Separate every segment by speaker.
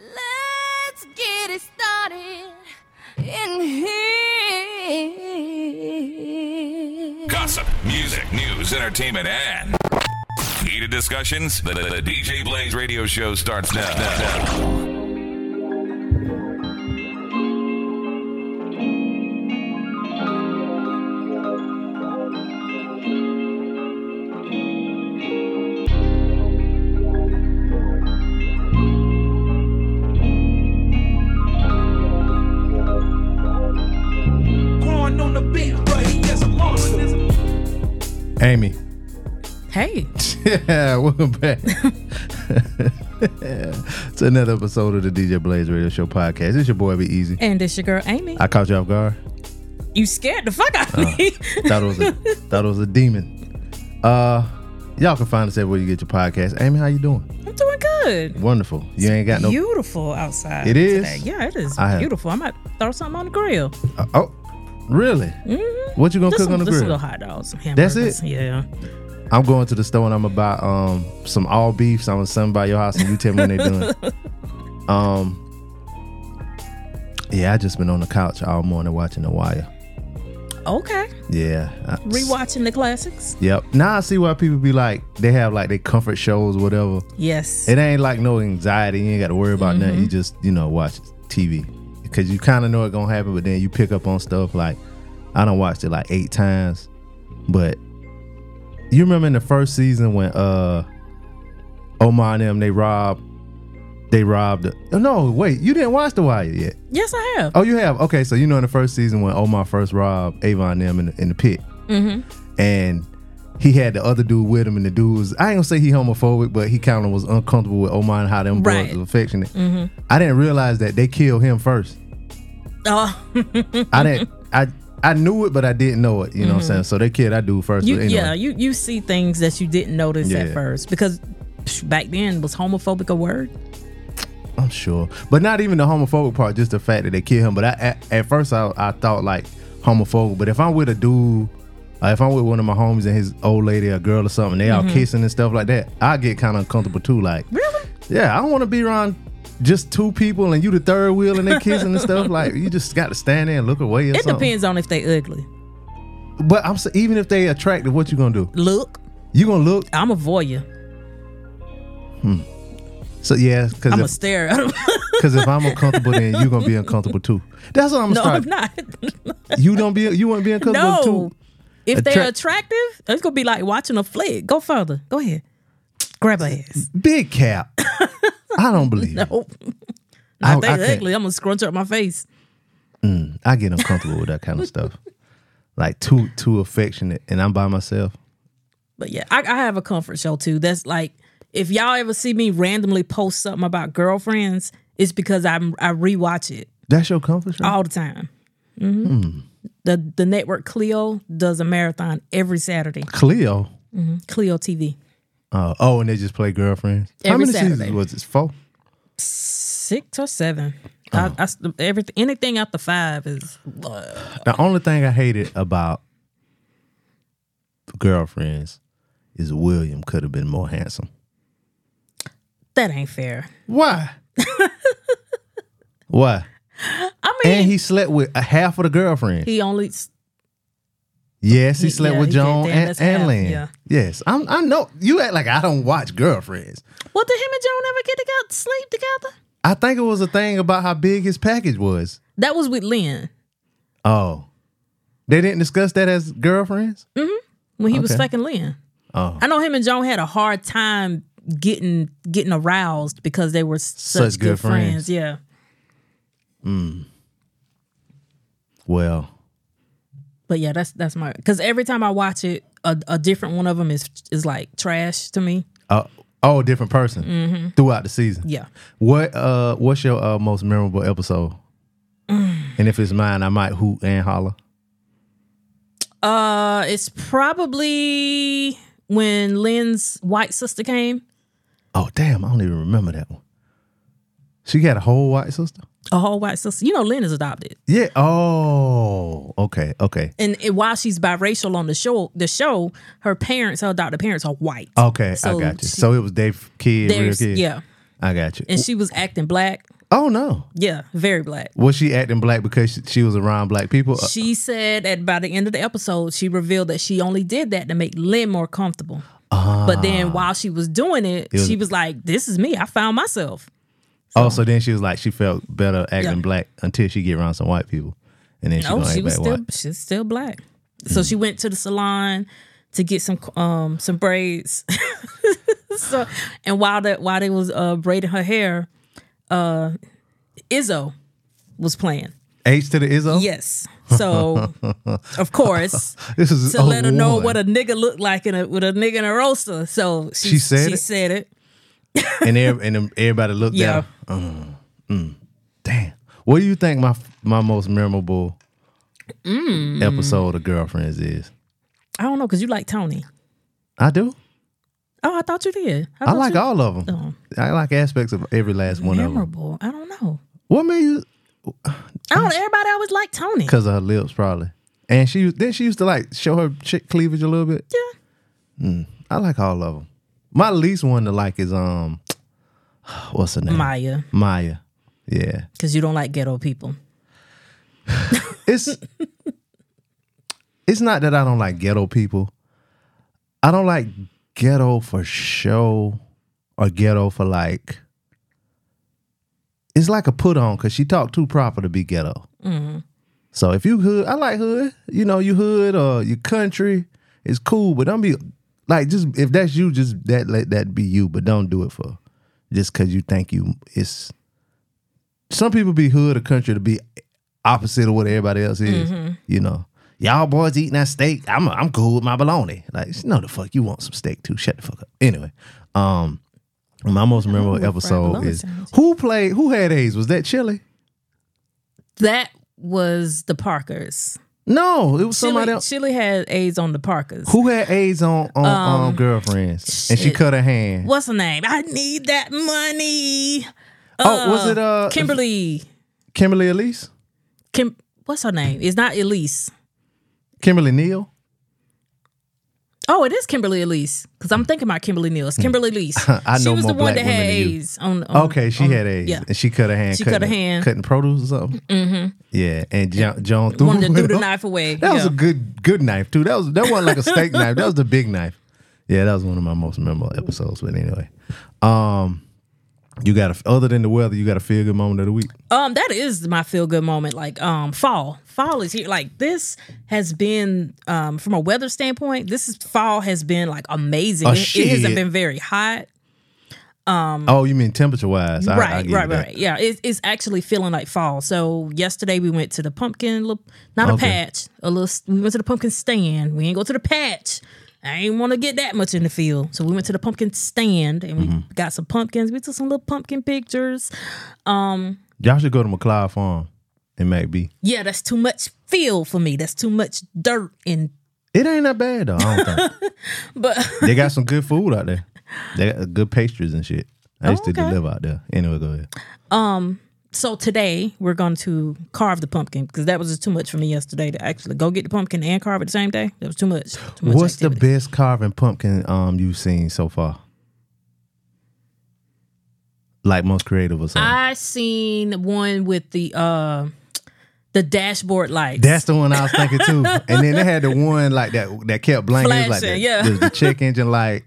Speaker 1: Let's get it started in here.
Speaker 2: Gossip, music, news, entertainment, and heated discussions. The, the- the DJ Blaze radio show starts now.
Speaker 3: Growing on the beat, but he is a monster.
Speaker 4: Amy.
Speaker 5: Hey,
Speaker 4: Yeah, welcome back. it's another episode of the DJ Blaze Radio Show podcast. It's your boy Be Easy.
Speaker 5: and it's your girl Amy.
Speaker 4: I caught you off guard.
Speaker 5: you scared the fuck out of me.
Speaker 4: Thought it was a thought it was a demon. Uh y'all can find us everywhere you get your podcast. Amy, how you doing?
Speaker 5: I'm doing good.
Speaker 4: Wonderful. You ain't got no
Speaker 5: beautiful outside.
Speaker 4: It is?
Speaker 5: Today. Yeah, it is
Speaker 4: I have-
Speaker 5: beautiful. I might throw something on the grill.
Speaker 4: Uh, oh. Really? What you gonna
Speaker 5: Just
Speaker 4: cook
Speaker 5: some,
Speaker 4: on the
Speaker 5: just some
Speaker 4: grill?
Speaker 5: little hot dogs. Some
Speaker 4: That's
Speaker 5: hamburgers.
Speaker 4: it?
Speaker 5: Yeah.
Speaker 4: I'm going to the store and I'm gonna buy um some all beefs. I'm gonna send by your house and you tell me when they're doing. Um Yeah, I just been on the couch all morning watching the wire.
Speaker 5: Okay.
Speaker 4: Yeah. I-
Speaker 5: Rewatching the classics.
Speaker 4: Yep. Now I see why people be like they have like their comfort shows, whatever.
Speaker 5: Yes.
Speaker 4: It ain't like no anxiety. You ain't got to worry about nothing. You just you know watch TV because you kind of know it gonna happen, but then you pick up on stuff like I don't watched it like eight times, but you remember in the first season when uh Omar and them they robbed they robbed. oh, No, wait, you didn't watch The Wire yet.
Speaker 5: yes, I have.
Speaker 4: Oh, you have. Okay, so you know in the first season when Omar first robbed Avon and them in the, in the pit, mm-hmm. and he had the other dude with him, and the dude was I ain't gonna say he homophobic, but he kind of was uncomfortable with Omar and how them
Speaker 5: Right. Mm-hmm.
Speaker 4: boys was affectionate. I didn't realize that they killed him first.
Speaker 5: Oh,
Speaker 4: I didn't. I I knew it, but I didn't know it. You know what I'm saying? So they killed that dude first.
Speaker 5: Mm-hmm. you
Speaker 4: but anyway.
Speaker 5: yeah. You you see things that you didn't notice at
Speaker 4: Yeah.
Speaker 5: first because psh, back then was homophobic a word?
Speaker 4: I'm sure, but not even the homophobic part, just the fact that they kill him. But I, at, at first, I, I thought like homophobic. But if I'm with a dude, uh, if I'm with one of my homies and his old lady, a girl or something, they all kissing and stuff like that, I get kind of uncomfortable too. Like,
Speaker 5: Mm-hmm. Really?
Speaker 4: yeah, I don't want to be around just two people and you the third wheel and they kissing and stuff. Like, you just got to stand there and look away. Or
Speaker 5: It
Speaker 4: something.
Speaker 5: depends on if they ugly.
Speaker 4: But I'm sa- even if they attractive, what you gonna do?
Speaker 5: Look,
Speaker 4: You gonna look?
Speaker 5: I'm a voyeur.
Speaker 4: So yeah,
Speaker 5: I'm a
Speaker 4: because
Speaker 5: stare at 'em.
Speaker 4: because if, I'm uncomfortable, then you gonna be uncomfortable too. That's what I'm
Speaker 5: no,
Speaker 4: starting.
Speaker 5: I'm not.
Speaker 4: You don't be you want to be uncomfortable too.
Speaker 5: No. If they're
Speaker 4: Attract-
Speaker 5: attractive, it's gonna be like watching a flick. Go further. Go ahead. Grab her ass.
Speaker 4: Big cap. Mm. I don't believe. it.
Speaker 5: Oh,
Speaker 4: I,
Speaker 5: if
Speaker 4: I
Speaker 5: they
Speaker 4: can't-
Speaker 5: ugly, I'm gonna scrunch up my face.
Speaker 4: I get uncomfortable with that kind of stuff. Like too too affectionate, and I'm by myself.
Speaker 5: But yeah, I, I have a comfort show too. That's like if y'all ever see me randomly post something about girlfriends, it's because I'm I rewatch it
Speaker 4: That's your comfort show.
Speaker 5: all the time. hmm The the network Clio does a marathon every Saturday.
Speaker 4: Cleo.
Speaker 5: Clio TV.
Speaker 4: Uh, oh, and they just play girlfriends. How
Speaker 5: Every
Speaker 4: many
Speaker 5: Saturday.
Speaker 4: seasons was this? Four.
Speaker 5: Six or seven.
Speaker 4: Oh.
Speaker 5: I, I s- everything anything after five is uh,
Speaker 4: The only thing I hated about girlfriends is William could have been more handsome.
Speaker 5: that ain't fair.
Speaker 4: Why? Why?
Speaker 5: I mean
Speaker 4: And he slept with a half of the girlfriends.
Speaker 5: he only s-
Speaker 4: Yes, he
Speaker 5: He-
Speaker 4: slept
Speaker 5: yeah,
Speaker 4: with
Speaker 5: he did.
Speaker 4: Joan
Speaker 5: Damn,
Speaker 4: and,
Speaker 5: that's
Speaker 4: and
Speaker 5: half,
Speaker 4: Lynn.
Speaker 5: yeah.
Speaker 4: Yes, I'm. I know you act like I don't watch girlfriends.
Speaker 5: Well, did him and Joan ever get together, sleep together?
Speaker 4: I think it was a thing about how big his package was.
Speaker 5: That was with Lynn
Speaker 4: Oh, they didn't discuss that as girlfriends.
Speaker 5: Mm. when he was
Speaker 4: Okay.
Speaker 5: fucking Lynn.
Speaker 4: Oh.
Speaker 5: I know him and Joan had a hard time getting getting aroused because they were such, good, friends. Yeah,
Speaker 4: Well,
Speaker 5: but yeah, that's that's my because every time I watch it, a, a different one of them is is like trash to me.
Speaker 4: uh, oh, different person throughout the season.
Speaker 5: Mm-hmm. Yeah,
Speaker 4: What uh, what's your uh, most memorable episode?
Speaker 5: Mm.
Speaker 4: and if it's mine, I might hoot and holler.
Speaker 5: uh, it's probably when Lynn's white sister came.
Speaker 4: Oh damn, I don't even remember that one. She got a whole white sister.
Speaker 5: A whole white sister. You know, Lynn is adopted.
Speaker 4: Yeah. Oh. Okay. Okay.
Speaker 5: and, and while she's biracial on the show, the show, her parents, her adopted parents, are white.
Speaker 4: Okay. I
Speaker 5: So
Speaker 4: got you.
Speaker 5: she-
Speaker 4: so it was Dave kid, Oh, real
Speaker 5: There's
Speaker 4: kid.
Speaker 5: yeah,
Speaker 4: I got you.
Speaker 5: and she was acting black.
Speaker 4: oh no.
Speaker 5: Yeah, very black.
Speaker 4: Was she acting black because she, she was around black people? Uh,
Speaker 5: She said at by the end of the episode, she revealed that she only did that to make Lynn more comfortable. But then while she was doing it,
Speaker 4: Ah. was-
Speaker 5: she was like, "This is me. I found myself."
Speaker 4: oh, so then she was like she felt better acting
Speaker 5: Yeah.
Speaker 4: black until she get around some white people, and then she
Speaker 5: No,
Speaker 4: gonna
Speaker 5: she
Speaker 4: act
Speaker 5: was
Speaker 4: back
Speaker 5: still
Speaker 4: white.
Speaker 5: she's still black. So
Speaker 4: Mm.
Speaker 5: she went to the salon to get some um some braids. so and while that while they was uh braiding her hair, uh Izzo was playing.
Speaker 4: H to the Izzo.
Speaker 5: Yes. So of course
Speaker 4: This is
Speaker 5: to let her know
Speaker 4: 01.
Speaker 5: what a nigga looked like in a with a nigga in a roaster. So she,
Speaker 4: She said
Speaker 5: she
Speaker 4: it?
Speaker 5: said it.
Speaker 4: and ev- and em- everybody looked
Speaker 5: Yeah.
Speaker 4: at her. Mm, mm, damn. What do you think my f- my most memorable
Speaker 5: Mm.
Speaker 4: episode of Girlfriends is?
Speaker 5: I don't know, cause you like Tony.
Speaker 4: I do.
Speaker 5: Oh, I thought you did.
Speaker 4: I
Speaker 5: thought
Speaker 4: like
Speaker 5: you- Oh.
Speaker 4: all of them. I like aspects of every last one of them.
Speaker 5: memorable. I don't know.
Speaker 4: What made you?
Speaker 5: I don't everybody always like Tony.
Speaker 4: Because of her lips, probably. And she then she used to like show her chick cleavage a little bit.
Speaker 5: Yeah.
Speaker 4: Mm, I like all of them. My least one to like is um, what's her name?
Speaker 5: Maya.
Speaker 4: Maya. Yeah.
Speaker 5: Because you don't like ghetto people.
Speaker 4: it's it's not that I don't like ghetto people. I don't like ghetto for show or ghetto for like. It's like a put on because she talked too proper to be ghetto. So if you hood, I like hood. You know, you hood or you country, it's cool. But don't be like just if that's you, just that let that be you. But don't do it for just because you think you it's. Some people be hood or country to be opposite of what everybody else is.
Speaker 5: Mm-hmm.
Speaker 4: You know, y'all boys eating that steak. I'm I'm cool with my bologna. Like no, the fuck you want some steak too? Shut the fuck up. Anyway, um, my most memorable
Speaker 5: fried
Speaker 4: episode
Speaker 5: bologna
Speaker 4: is
Speaker 5: sounds.
Speaker 4: who played who had AIDS? Was that Chili?
Speaker 5: That was the Parkers.
Speaker 4: No, it was somebody
Speaker 5: Chili,
Speaker 4: else.
Speaker 5: Chili had AIDS on the Parkers.
Speaker 4: Who had AIDS on on, on girlfriends, and she
Speaker 5: Um, shit.
Speaker 4: cut her hand.
Speaker 5: What's her name? I need that money.
Speaker 4: oh, was it uh
Speaker 5: Kimberly.
Speaker 4: Kimberly Elise?
Speaker 5: Kim. What's her name? It's not Elise.
Speaker 4: Kimberly Neal?
Speaker 5: Oh, it is Kimberly Elise. Because I'm thinking about Kimberly Neal. It's Kimberly Elise.
Speaker 4: Hmm. I
Speaker 5: she
Speaker 4: know
Speaker 5: was
Speaker 4: more
Speaker 5: the one
Speaker 4: black
Speaker 5: that had
Speaker 4: women than you.
Speaker 5: AIDS. On, on-
Speaker 4: Okay, she
Speaker 5: on-
Speaker 4: had AIDS,
Speaker 5: Um, Yeah.
Speaker 4: and she cut her hand.
Speaker 5: She cut
Speaker 4: cutting-
Speaker 5: her hand.
Speaker 4: cutting produce or something. Mm-hmm. Yeah, and John, Joan threw
Speaker 5: Wanted to
Speaker 4: it
Speaker 5: do the
Speaker 4: up.
Speaker 5: knife away.
Speaker 4: That was
Speaker 5: Yeah.
Speaker 4: a good good knife too. That was that wasn't like a steak knife. That was the big knife. Yeah, that was one of my most memorable episodes. But anyway, um, you got a, other than the weather, you got a feel good moment of the week.
Speaker 5: Um, that is my feel good moment. Like, um, fall, fall is here. Like, this has been, um, from a weather standpoint, this is fall has been like amazing.
Speaker 4: Oh,
Speaker 5: it, it
Speaker 4: shit.
Speaker 5: hasn't been very hot.
Speaker 4: oh, you mean temperature wise?
Speaker 5: Um, right, right, right, right. Yeah, it, it's actually feeling like fall. So yesterday we went to the pumpkin, little, not
Speaker 4: Okay.
Speaker 5: a patch, a little. s- We went to the pumpkin stand. We ain't go to the patch. I ain't want to get that much in the field, so we went to the pumpkin stand and we
Speaker 4: Mm-hmm.
Speaker 5: got some pumpkins. We took some little pumpkin pictures.
Speaker 4: Y'all should go to McLeod Farm in MacB.
Speaker 5: Yeah, that's too much field for me. That's too much dirt and
Speaker 4: It ain't that bad though. I don't think
Speaker 5: but.
Speaker 4: they got some good food out there. They got good pastries and shit. I used to
Speaker 5: Oh, okay.
Speaker 4: deliver out there. Anyway, go ahead.
Speaker 5: so today we're going to carve the pumpkin because that was just too much for me yesterday to actually go get the pumpkin and carve it the same day. That was too much. Too much
Speaker 4: What's the
Speaker 5: activity.
Speaker 4: best carving pumpkin um you've seen so far? Like most creative or something.
Speaker 5: I seen one with the uh the dashboard lights.
Speaker 4: That's the one I was thinking too. and then they had the one like that that kept blinking, It was like
Speaker 5: Flashing,
Speaker 4: the,
Speaker 5: yeah. Mm-hmm.
Speaker 4: the, the check engine light.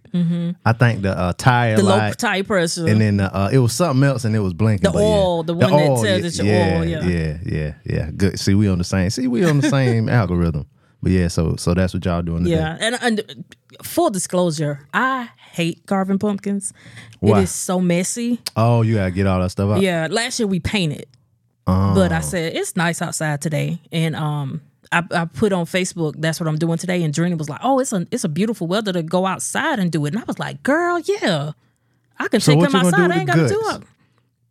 Speaker 4: I think the uh, tire
Speaker 5: the low
Speaker 4: light,
Speaker 5: tire pressure.
Speaker 4: and then the, uh, it was something else, and it was blinking.
Speaker 5: The
Speaker 4: but yeah.
Speaker 5: oil, the one that tells
Speaker 4: yeah,
Speaker 5: it's your oil, yeah.
Speaker 4: yeah, yeah, yeah. Good. See, we on the same. See, we on the same algorithm. But yeah, so so that's what y'all doing today.
Speaker 5: yeah, and, and full disclosure, I hate carving pumpkins.
Speaker 4: Why?
Speaker 5: It is so messy.
Speaker 4: Oh, you gotta get all that stuff out.
Speaker 5: Yeah, last year we painted, but
Speaker 4: Oh.
Speaker 5: I said it's nice outside today, and um, I, I put on Facebook that's what I'm doing today, and Drina was like, "Oh, it's a it's a beautiful weather to go outside and do it," and I was like, "Girl, yeah, I can
Speaker 4: So
Speaker 5: take
Speaker 4: what
Speaker 5: them
Speaker 4: you gonna do
Speaker 5: outside.
Speaker 4: with
Speaker 5: I ain't
Speaker 4: the Uh.
Speaker 5: gotta do
Speaker 4: guts?
Speaker 5: it.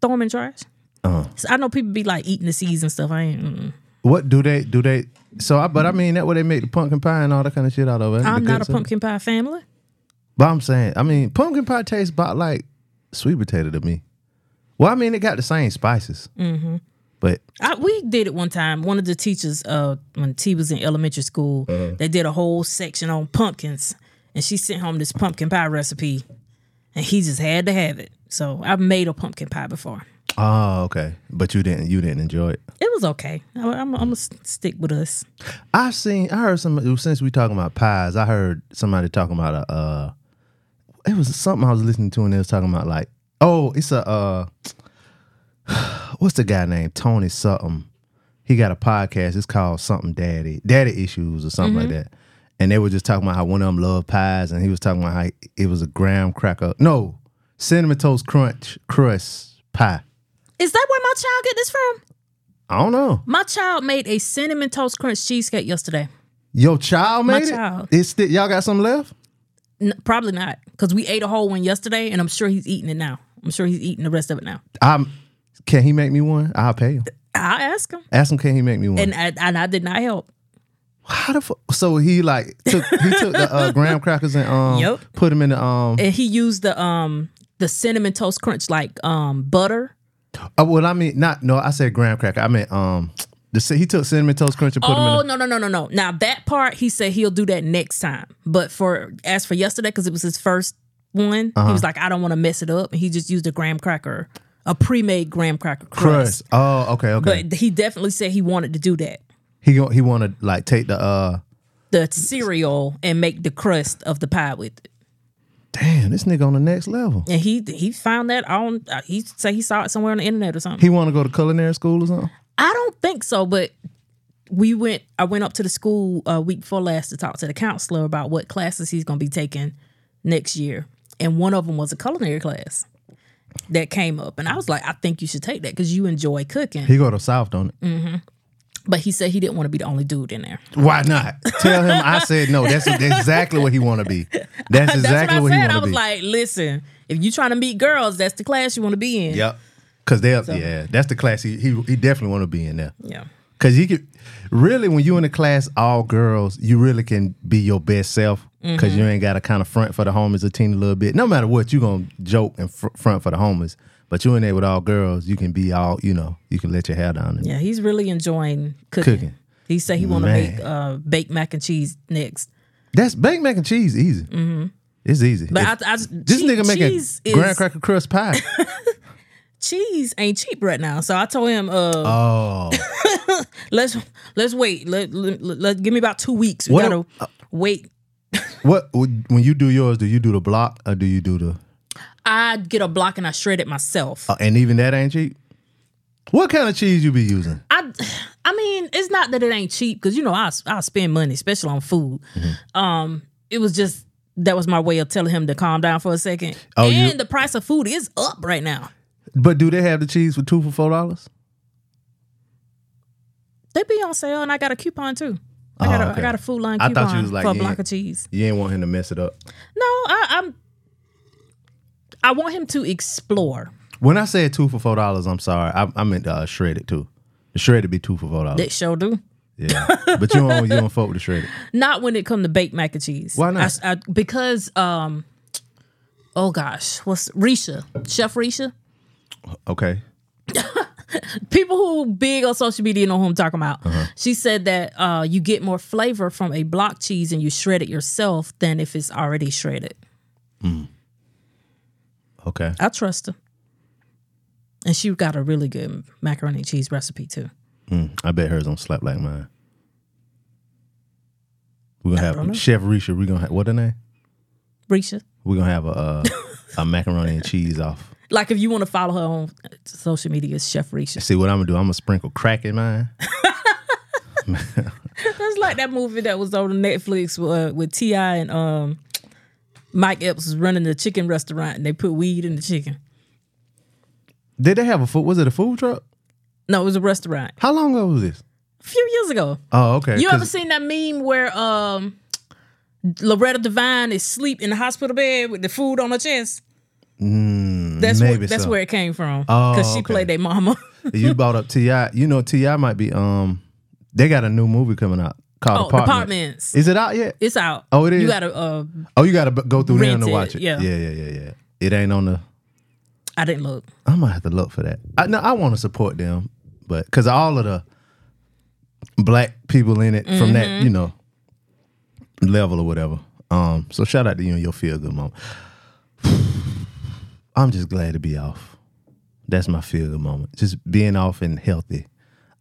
Speaker 5: Throw them in trash." So I know people be like eating the seeds and stuff. I ain't. mm-mm.
Speaker 4: What do they do they? So, I, but I mean that way they make the pumpkin pie and all that kind of shit out of it. The
Speaker 5: I'm
Speaker 4: good
Speaker 5: not a
Speaker 4: stuff.
Speaker 5: pumpkin pie family.
Speaker 4: But I'm saying, I mean, pumpkin pie tastes about like sweet potato to me. Well, I mean, it got the same spices, mm-hmm. but
Speaker 5: I, we did it one time. One of the teachers, uh, when T was in elementary school, they did a whole section on pumpkins, and she sent home this pumpkin pie recipe, and he just had to have it. So I've made a pumpkin pie before.
Speaker 4: oh, okay. But you didn't, you didn't enjoy it.
Speaker 5: It was okay. I, am gonna stick with us.
Speaker 4: I've seen, I heard some. Since we talking about pies, I heard somebody talking about a. Uh, it was something I was listening to, and they was talking about like, oh, it's a. Uh, what's the guy named Tony something? He got a podcast. It's called something Daddy, Daddy Issues or something
Speaker 5: Mm-hmm.
Speaker 4: like that. And they were just talking about how one of them loved pies, and he was talking about how it was a graham cracker, no, cinnamon toast crunch crust pie.
Speaker 5: Is that where my child get this from?
Speaker 4: I don't know.
Speaker 5: My child made a cinnamon toast crunch cheesecake yesterday.
Speaker 4: Your child made
Speaker 5: My
Speaker 4: it.
Speaker 5: child.
Speaker 4: It's still y'all got something left.
Speaker 5: N- probably not, because we ate a whole one yesterday, and I'm sure he's eating it now. I'm sure he's eating the rest of it now.
Speaker 4: I'm. Can he make me one? I'll pay him.
Speaker 5: I ask him,
Speaker 4: Ask him, can he make me one?
Speaker 5: and I, and I did not help.
Speaker 4: How the fuck? So he like took he took the uh, graham crackers and um
Speaker 5: Yup.
Speaker 4: put them in the um.
Speaker 5: and he used the um the cinnamon toast crunch like um butter.
Speaker 4: oh, well, I mean not no. I said graham cracker. I meant um. The ci- he took cinnamon toast crunch and put them
Speaker 5: Oh
Speaker 4: in. The,
Speaker 5: no no no no no! Now that part he said he'll do that next time. But for as for yesterday, because it was his first one,
Speaker 4: Uh-huh.
Speaker 5: he was like, I don't want to mess it up, and he just used a graham cracker, a pre-made graham cracker
Speaker 4: crust.
Speaker 5: crust.
Speaker 4: Oh, okay, okay.
Speaker 5: But he definitely said he wanted to do that,
Speaker 4: he gon- he want to like take the uh.
Speaker 5: the cereal, and make the crust of the pie with it.
Speaker 4: Damn, this nigga on the next level.
Speaker 5: And he he found that on uh, he say he saw it somewhere on the internet or something.
Speaker 4: He want to go to culinary school or something.
Speaker 5: I don't think so, but we went. I went up to the school uh, week before last to talk to the counselor about what classes he's going to be taking next year, and one of them was a culinary class that came up, and I was like, I think you should take that because you enjoy cooking.
Speaker 4: He go to South on
Speaker 5: Mm.
Speaker 4: it.
Speaker 5: But he said he didn't want to be the only dude in there.
Speaker 4: Why not? Tell him I said no. That's exactly what he want to be. That's exactly
Speaker 5: That's
Speaker 4: what,
Speaker 5: what I
Speaker 4: he
Speaker 5: said.
Speaker 4: want
Speaker 5: I
Speaker 4: to
Speaker 5: was
Speaker 4: be.
Speaker 5: like, listen, if you trying to meet girls, that's the class you want to be in.
Speaker 4: yep. Cause they'll yeah. That's the class he he, he definitely want to be in there.
Speaker 5: Yeah.
Speaker 4: Cause you could really when you in a class all girls, you really can be your best self. Cause
Speaker 5: Mm-hmm.
Speaker 4: you ain't got to kind of front for the homies a teeny little bit. No matter what, you gonna joke and fr- front for the homies. But you in there with all girls, you can be all you know. You can let your hair down. And
Speaker 5: Yeah, he's really enjoying cooking.
Speaker 4: Cooking.
Speaker 5: He said he want to
Speaker 4: Man.
Speaker 5: make uh, baked mac and cheese next.
Speaker 4: That's baked mac and cheese easy. It's easy.
Speaker 5: Mm-hmm. But
Speaker 4: If-
Speaker 5: I, I,
Speaker 4: this
Speaker 5: che-
Speaker 4: nigga make
Speaker 5: cheese
Speaker 4: a
Speaker 5: is-
Speaker 4: graham cracker crust pie.
Speaker 5: cheese ain't cheap right now. So I told him, uh,
Speaker 4: oh,
Speaker 5: let's let's wait. Let, let, let- give me about two weeks. We
Speaker 4: What uh,
Speaker 5: gotta wait.
Speaker 4: what when you do yours? Do you do the block or do you do the?
Speaker 5: I get a block and I shred it myself.
Speaker 4: uh, and even that ain't cheap. What kind of cheese you be using?
Speaker 5: I I mean, it's not that it ain't cheap because you know I I spend money, especially on food.
Speaker 4: Mm-hmm.
Speaker 5: Um, it was just that was my way of telling him to calm down for a second.
Speaker 4: Oh, you-
Speaker 5: and the price of food is up right now.
Speaker 4: But do they have the cheese for two for four dollars?
Speaker 5: They be on sale, and I got a coupon too. I got,
Speaker 4: Oh,
Speaker 5: a,
Speaker 4: okay.
Speaker 5: I got a food line
Speaker 4: I
Speaker 5: coupon
Speaker 4: thought you was like,
Speaker 5: for a
Speaker 4: yeah.
Speaker 5: block of cheese.
Speaker 4: You ain't want him to mess it up.
Speaker 5: No, I, I'm. I want him to explore.
Speaker 4: When I said two for four dollars, I'm sorry. I, I meant uh, shredded too. The shredded be two for four dollars.
Speaker 5: That show do.
Speaker 4: Yeah, but you don't you don't fuck with the shredded.
Speaker 5: Not when it come to baked mac and cheese.
Speaker 4: Why not?
Speaker 5: I s- I- because um, oh gosh, what's Risha Chef Risha?
Speaker 4: Okay.
Speaker 5: People who big on social media know who I'm talking about.
Speaker 4: Uh-huh.
Speaker 5: She said that uh, you get more flavor from a block cheese and you shred it yourself than if it's already shredded.
Speaker 4: Okay.
Speaker 5: I trust her, and she got a really good macaroni and cheese recipe too.
Speaker 4: I bet hers don't slap like mine. We're gonna have Chef Risha. We're gonna have what her name?
Speaker 5: Risha.
Speaker 4: We're gonna have a uh, a macaroni and cheese off.
Speaker 5: Like if you want to follow her on social media, it's Chef Risha.
Speaker 4: See what I'm gonna do? I'm gonna sprinkle crack in mine.
Speaker 5: That's like that movie that was on Netflix with, uh, with Ti and um, Mike Epps was running the chicken restaurant, and they put weed in the chicken.
Speaker 4: Did they have a food? Was it a food truck?
Speaker 5: No, it was a restaurant
Speaker 4: How long ago was this?
Speaker 5: a few years ago.
Speaker 4: Oh, okay.
Speaker 5: You ever
Speaker 4: 'cause-
Speaker 5: seen that meme where um, Loretta Devine is sleep in the hospital bed with the food on her chest? that's
Speaker 4: Mm, maybe
Speaker 5: where, that's
Speaker 4: so.
Speaker 5: where it came from.
Speaker 4: Oh,
Speaker 5: because she
Speaker 4: okay.
Speaker 5: played their mama.
Speaker 4: you brought up Ti. You know Ti might be. Um, they got a new movie coming out called
Speaker 5: oh,
Speaker 4: Apartment.
Speaker 5: apartments.
Speaker 4: Is it out yet?
Speaker 5: It's out.
Speaker 4: Oh, it is?
Speaker 5: You gotta. Uh,
Speaker 4: Oh, you gotta b- go through there
Speaker 5: Rent
Speaker 4: to
Speaker 5: it,
Speaker 4: watch it.
Speaker 5: yeah.
Speaker 4: yeah, yeah, yeah, yeah. It ain't on the.
Speaker 5: I didn't look.
Speaker 4: I might have to look for that. I no, I want to support them, but because all of the black people in it from that you know level or whatever. Um, so shout out to you and your feel good moment. I'm just glad to be off. That's my feel good moment. Just being off and healthy.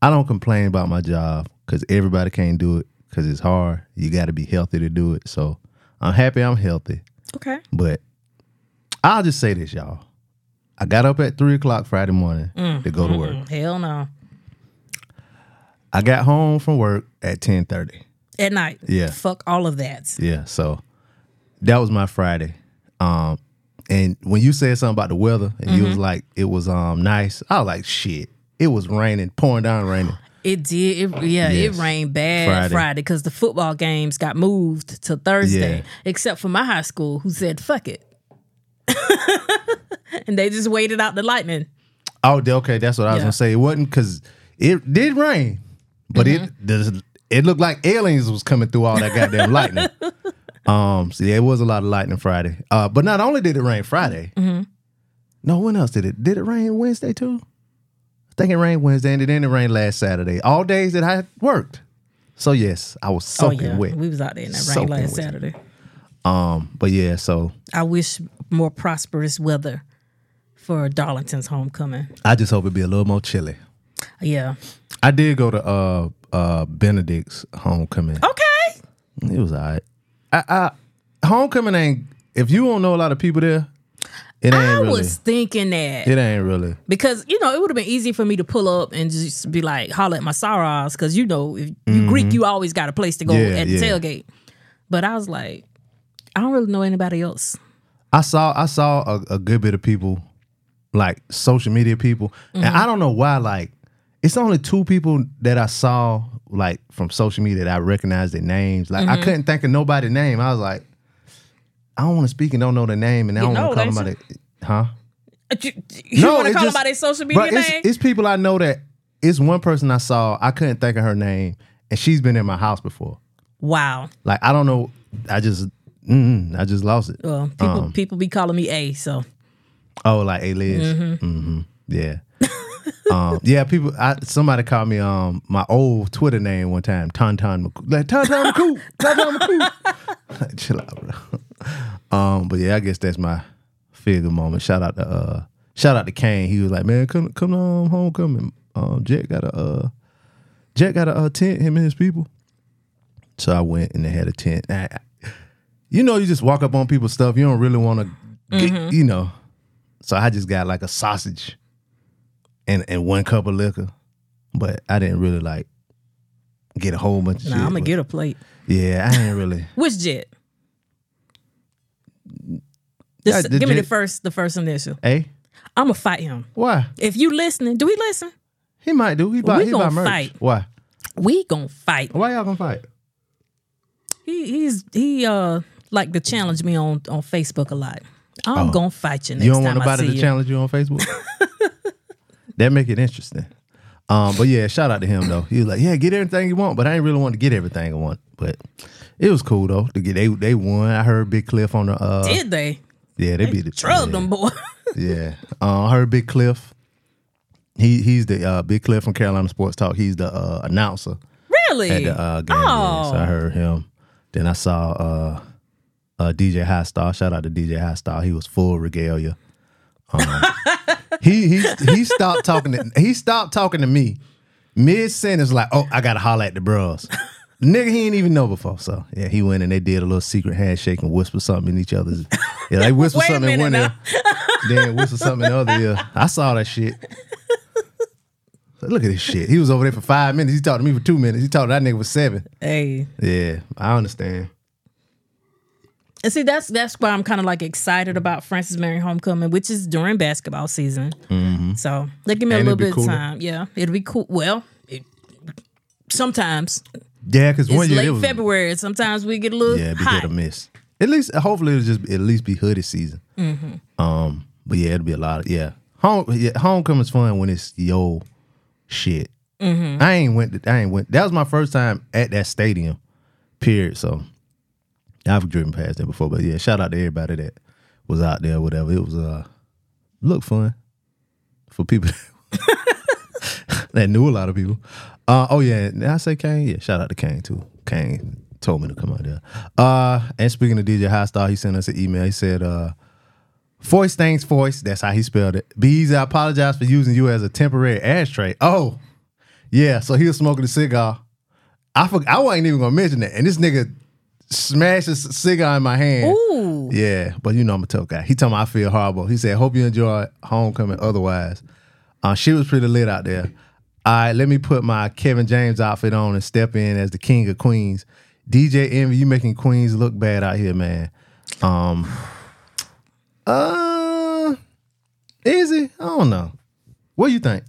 Speaker 4: I don't complain about my job because everybody can't do it because it's hard. You got to be healthy to do it. So I'm happy I'm healthy.
Speaker 5: Okay.
Speaker 4: But I'll just say this, y'all. I got up at three o'clock Friday morning to go to work.
Speaker 5: Hell no.
Speaker 4: I got home from work at ten thirty.
Speaker 5: At night.
Speaker 4: Yeah.
Speaker 5: Fuck all of that.
Speaker 4: Yeah, so that was my Friday. Um, and when you said something about the weather, and you was like, it was um nice. I was like, shit, it was raining, pouring down raining.
Speaker 5: It did. It, yeah,
Speaker 4: Yes.
Speaker 5: it rained bad
Speaker 4: Friday.
Speaker 5: Friday because the football games got moved to Thursday,
Speaker 4: Yeah.
Speaker 5: except for my high school who said, fuck it. and they just waited out the lightning.
Speaker 4: Oh, th- okay, that's what I was
Speaker 5: Yeah.
Speaker 4: gonna say. It wasn't because it did rain, but
Speaker 5: Mm-hmm.
Speaker 4: it does. It looked like aliens was coming through all that goddamn lightning. Um, so yeah, it was a lot of lightning Friday. Uh, but not only did it rain Friday,
Speaker 5: Mm-hmm.
Speaker 4: no, when else did it? Did it rain Wednesday too? I think it rained Wednesday, and then it rained last Saturday. All days that I worked. So yes, I was soaking
Speaker 5: oh, yeah.
Speaker 4: wet.
Speaker 5: We was out there in that rain
Speaker 4: Soaking
Speaker 5: last
Speaker 4: wet.
Speaker 5: Saturday.
Speaker 4: But yeah, so
Speaker 5: I wish more prosperous weather for Darlington's homecoming.
Speaker 4: I just hope it be a little more chilly.
Speaker 5: Yeah.
Speaker 4: I did go to uh uh Benedict's homecoming.
Speaker 5: Okay.
Speaker 4: It was all right. I, I homecoming ain't if you don't know a lot of people there, it ain't
Speaker 5: I
Speaker 4: really
Speaker 5: was thinking that.
Speaker 4: it ain't really.
Speaker 5: because you know it would have been easy for me to pull up and just be like holler at my sorrows because you know if you Greek you always got a place to go
Speaker 4: Mm-hmm. Yeah,
Speaker 5: at the
Speaker 4: yeah.
Speaker 5: tailgate. But I was like, I don't really know anybody else.
Speaker 4: I saw I saw a, a good bit of people, like social media people.
Speaker 5: Mm-hmm.
Speaker 4: And I don't know why, like, it's only two people that I saw like from social media that I recognized their names. Like
Speaker 5: Mm-hmm.
Speaker 4: I couldn't think of nobody's name. I was like, I don't want to speak and don't know the name and I
Speaker 5: You
Speaker 4: don't want
Speaker 5: know
Speaker 4: to call
Speaker 5: they
Speaker 4: them by
Speaker 5: should-
Speaker 4: the huh?
Speaker 5: Uh, You, you want to
Speaker 4: it
Speaker 5: call them
Speaker 4: just-
Speaker 5: by their social media
Speaker 4: bruh, it's,
Speaker 5: name?
Speaker 4: It's people I know that it's one person I saw. I couldn't think of her name, and she's been in my house before.
Speaker 5: wow.
Speaker 4: Like I don't know. I just, mm, I just lost it.
Speaker 5: Well, people people be calling me A. So
Speaker 4: Oh, like hey Liz. Mm-hmm. Yeah. um, yeah, people. I, somebody called me um my old Twitter name one time. Tonton McCool. Like Tonton McCool. Tonton McCool. Like, Chill out, bro. Um, but yeah, I guess that's my figure moment. Shout out to uh, shout out to Kane. He was like, man, come come on homecoming. Um, Jet got a uh, Jet got a uh, tent. Him and his people. So I went and they had a tent. I- I- you know, you just walk up on people's stuff. You don't really want to, get
Speaker 5: Mm-hmm.
Speaker 4: you know. So I just got like a sausage and and one cup of liquor, but I didn't really like get a whole bunch of
Speaker 5: nah,
Speaker 4: shit.
Speaker 5: I'm gonna
Speaker 4: but-
Speaker 5: get a plate.
Speaker 4: Yeah, I ain't really.
Speaker 5: Which jet? Just
Speaker 4: Yeah, the
Speaker 5: give me
Speaker 4: Jet.
Speaker 5: the first the first initial.
Speaker 4: hey,
Speaker 5: I'm gonna fight him.
Speaker 4: why?
Speaker 5: If you listening, do we listen?
Speaker 4: He might do. He buy.
Speaker 5: We
Speaker 4: he buy
Speaker 5: gonna
Speaker 4: merch.
Speaker 5: fight.
Speaker 4: Why?
Speaker 5: We gonna fight.
Speaker 4: Why y'all gonna fight?
Speaker 5: He he's he uh like to challenge me on on Facebook a lot. I'm gonna fight you next
Speaker 4: Oh. you don't want
Speaker 5: time I
Speaker 4: nobody
Speaker 5: see
Speaker 4: to
Speaker 5: you.
Speaker 4: challenge you on Facebook. that make it interesting. Um, but yeah, shout out to him though. He was like, "Yeah, get everything you want," but I ain't really want to get everything I want. But it was cool though. To get they they won. I heard Big Cliff on the uh,
Speaker 5: Did they
Speaker 4: yeah they beat the
Speaker 5: drug them boy?
Speaker 4: Yeah, uh, I heard Big Cliff. He he's the uh, Big Cliff from Carolina Sports Talk. He's the uh, announcer at
Speaker 5: really? Oh,
Speaker 4: the uh, game. yeah. So I heard him. Then I saw uh, uh, DJ High Star. Shout out to DJ High Star. He was full regalia. Um, he he he stopped talking. To, he stopped talking to me Mid sentence, like, oh, I gotta holler at the bros. Nigga, he ain't even know before. So yeah, he went and they did a little secret handshake and whispered something in each other's. Yeah, they whispered
Speaker 5: Wait a
Speaker 4: something in one
Speaker 5: minute
Speaker 4: ear, then whispered something in the other ear. I saw that shit. So, Look at this shit. He was over there for five minutes. He talked to me for two minutes. He talked to that nigga for seven.
Speaker 5: Hey.
Speaker 4: Yeah, I understand.
Speaker 5: And see, that's that's why I'm kind of like excited about Francis Mary Homecoming, which is during basketball season. So they give me a
Speaker 4: Mm-hmm. And
Speaker 5: little
Speaker 4: it'd be
Speaker 5: bit
Speaker 4: cooler.
Speaker 5: of time. Yeah, it'll be cool. Well, it, sometimes
Speaker 4: Yeah, because
Speaker 5: it's
Speaker 4: one year it
Speaker 5: late
Speaker 4: was,
Speaker 5: February. Sometimes we get a little
Speaker 4: Yeah, it'd be
Speaker 5: hot.
Speaker 4: hit or miss. At least, hopefully, it'll just at least be hoodie season.
Speaker 5: Mm-hmm.
Speaker 4: Um, but yeah, it'll be a lot. Of, yeah, home yeah, homecoming's fun when it's yo shit.
Speaker 5: Mm-hmm.
Speaker 4: I ain't went. To, I ain't went. That was my first time at that stadium. Period. So I've driven past there before, but yeah, shout out to everybody that was out there. Whatever it was, uh, look fun for people that knew a lot of people. Uh, oh yeah, did I say Kane? Yeah, shout out to Kane too. Kane told me to come out there. Uh, and speaking of DJ High Star, he sent us an email. He said, uh, "Voice things voice." That's how he spelled it. Be easy. I apologize for using you as a temporary ashtray. Oh, yeah. So he was smoking a cigar. I forgot. I wasn't even gonna mention that. And this nigga smashed a c- cigar in my hand.
Speaker 5: Ooh,
Speaker 4: Yeah, but you know I'm a tough guy. He told me I feel horrible. He said, "Hope you enjoy homecoming." Otherwise, uh, she was pretty lit out there. All right, let me put my Kevin James outfit on and step in as the king of Queens. DJ Envy, you making Queens look bad out here, man. Um, uh, is he? I don't know. What do you think?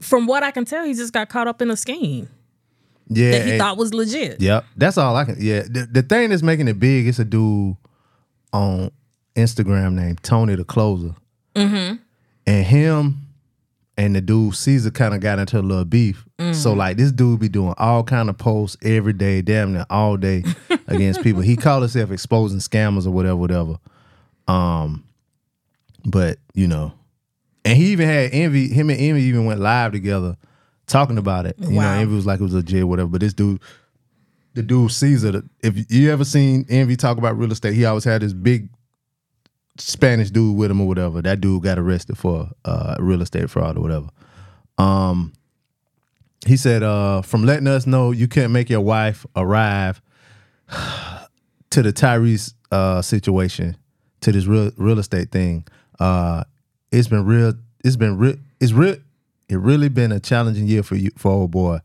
Speaker 5: from what I can tell, he just got caught up in a scheme
Speaker 4: Yeah,
Speaker 5: that he
Speaker 4: and-
Speaker 5: thought was legit.
Speaker 4: Yep. That's all I can. Yeah. The, the thing that's making it big, it's a dude on Instagram named Tony the Closer. Mm-hmm. And him and the dude Caesar kind of got into a little beef. So like this dude be doing all kind of posts every day, damn near all day against people. He called himself exposing scammers or whatever, whatever. Um, but you know, and he even had envy. Him and envy even went live together talking about it. You
Speaker 5: Wow.
Speaker 4: know, envy was like it was a jail, whatever. But this dude, the dude Caesar, the- if you ever seen envy talk about real estate, he always had this big Spanish dude with him or whatever. That dude got arrested for uh, real estate fraud or whatever. Um, he said, uh, from letting us know you can't make your wife arrive to the Tyrese uh, situation, to this real real estate thing. Uh, it's been real. It's been real. It's real. It really been a challenging year for you, for old boy.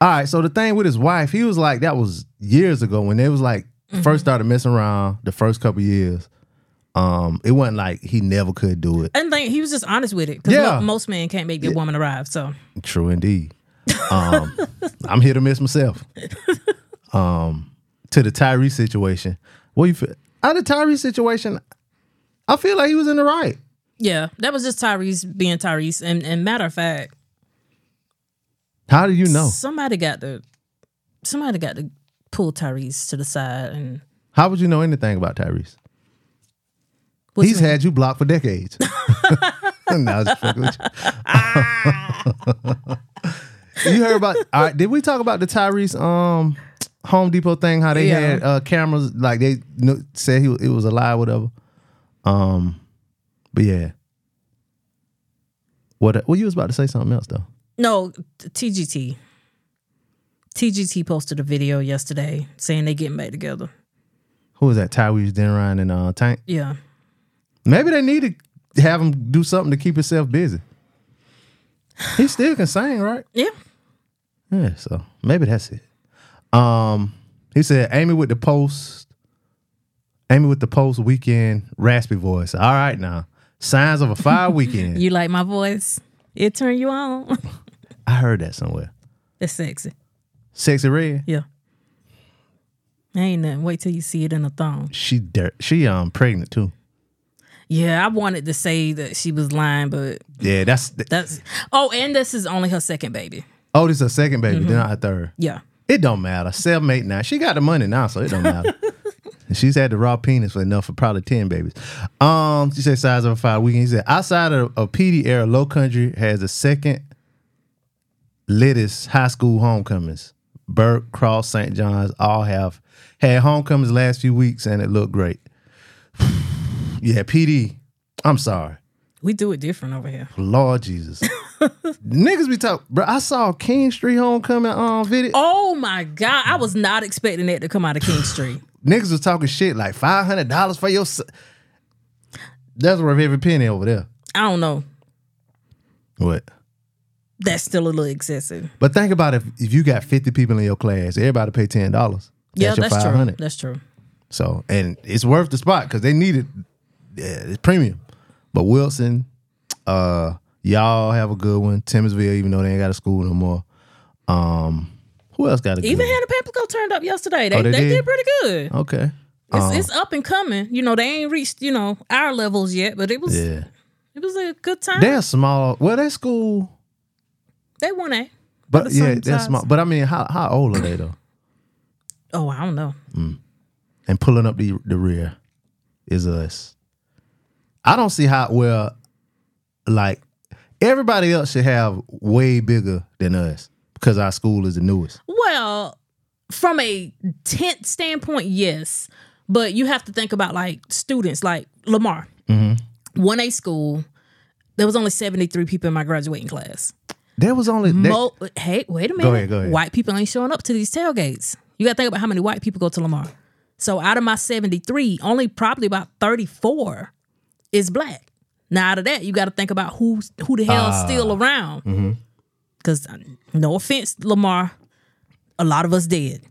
Speaker 4: All right. So the thing with his wife, he was like that was years ago when they was like first started messing around. The first couple years, um, it wasn't like he never could do it.
Speaker 5: And like, he was just honest with it because
Speaker 4: Yeah.
Speaker 5: most men can't make their woman arrive. So
Speaker 4: True indeed. Um, I'm here to miss myself. Um, to the Tyree situation. What you feel? Out of Tyree situation, I feel like he was in the right.
Speaker 5: yeah, that was just Tyrese being Tyrese. And and matter of fact,
Speaker 4: How do you know?
Speaker 5: somebody got to somebody got to pull Tyrese to the side and
Speaker 4: How would you know anything about Tyrese?
Speaker 5: What you
Speaker 4: He's had you blocked for decades. Nah, I was just fucking with you. You heard about? All right, did we talk about the Tyrese um Home Depot thing? How they
Speaker 5: Yeah.
Speaker 4: had uh, cameras, like they knew, said he was- it was a lie, whatever. Um, but yeah. What? Well, you was about to say something else though.
Speaker 5: No, t- TGT. TGT posted a video yesterday saying they getting back together.
Speaker 4: Who was that? Tyrese Denron and uh, Tank.
Speaker 5: Yeah.
Speaker 4: Maybe they need to have him do something to keep himself busy. He still can sing, right?
Speaker 5: Yeah.
Speaker 4: Yeah, so maybe that's it. Um, he said Amy with the post, Amy with the post weekend raspy voice. All right now, signs of a fire weekend.
Speaker 5: You like my voice? It turn you on.
Speaker 4: I heard that somewhere.
Speaker 5: That's sexy.
Speaker 4: Sexy red.
Speaker 5: Yeah. Ain't nothing. Wait till you see it in a thong.
Speaker 4: She dirt. She um pregnant too.
Speaker 5: Yeah, I wanted to say that she was lying, but
Speaker 4: Yeah, that's. th-
Speaker 5: that's oh, and this is only her second baby.
Speaker 4: oh, this is a second baby, then not a third.
Speaker 5: Yeah.
Speaker 4: It don't matter. Seven, eight, nine. She got the money now, so it don't matter. And She's had the raw penis for enough for probably ten babies. Um, she said size of a five weekend. He said outside of a PD era, Low Country has the second littest high school homecomings. Burke, Cross, St. John's all have had homecomings last few weeks, and it looked great. yeah, PD. I'm sorry.
Speaker 5: We do it different over here.
Speaker 4: Lord Jesus. Niggas be talking, bro. I saw King Street Homecoming um, on video.
Speaker 5: Oh my God. I was not expecting that to come out of King Street.
Speaker 4: Niggas was talking shit like five hundred dollars for your. s That's worth every penny over there.
Speaker 5: I don't know.
Speaker 4: What?
Speaker 5: That's still a little excessive.
Speaker 4: But think about if if you got fifty people in your class, everybody pay ten dollars.
Speaker 5: Yeah, that's, true.
Speaker 4: 500.
Speaker 5: That's true.
Speaker 4: So and it's worth the spot because they need it. Yeah, it's premium. But Wilson, uh, y'all have a good one. Timminsville, even though they ain't got a school no more. Um, who else got a good
Speaker 5: Even
Speaker 4: one?
Speaker 5: Hannah Pamplico turned up yesterday. They,
Speaker 4: Oh, they
Speaker 5: they,
Speaker 4: did? Oh.
Speaker 5: did pretty good.
Speaker 4: Okay.
Speaker 5: It's, it's up and coming. You know, they ain't reached, you know, our levels yet, but it was
Speaker 4: Yeah.
Speaker 5: it was a good time.
Speaker 4: They're small. Well, they school,
Speaker 5: They won eh? A.
Speaker 4: but
Speaker 5: But
Speaker 4: yeah,
Speaker 5: some
Speaker 4: they're
Speaker 5: size.
Speaker 4: small. But I mean, how how old are they though?
Speaker 5: Oh, I don't know.
Speaker 4: and pulling up the the rear is us. I don't see how well like everybody else should have way bigger than us because our school is the newest.
Speaker 5: Well, from a tent standpoint, yes, but you have to think about like students, like Lamar, one A school. There was only seventy three people in my graduating class.
Speaker 4: There was only there-
Speaker 5: Mo- hey, wait a minute.
Speaker 4: ahead, go ahead.
Speaker 5: White people ain't showing up to these tailgates. You got to think about how many white people go to Lamar. So out of my 73, only probably about 34 is black. Now out of that, you got to think about who who the hell's
Speaker 4: Ah.
Speaker 5: still around.
Speaker 4: Mm-hmm.
Speaker 5: Because no offense, Lamar, a lot of us dead.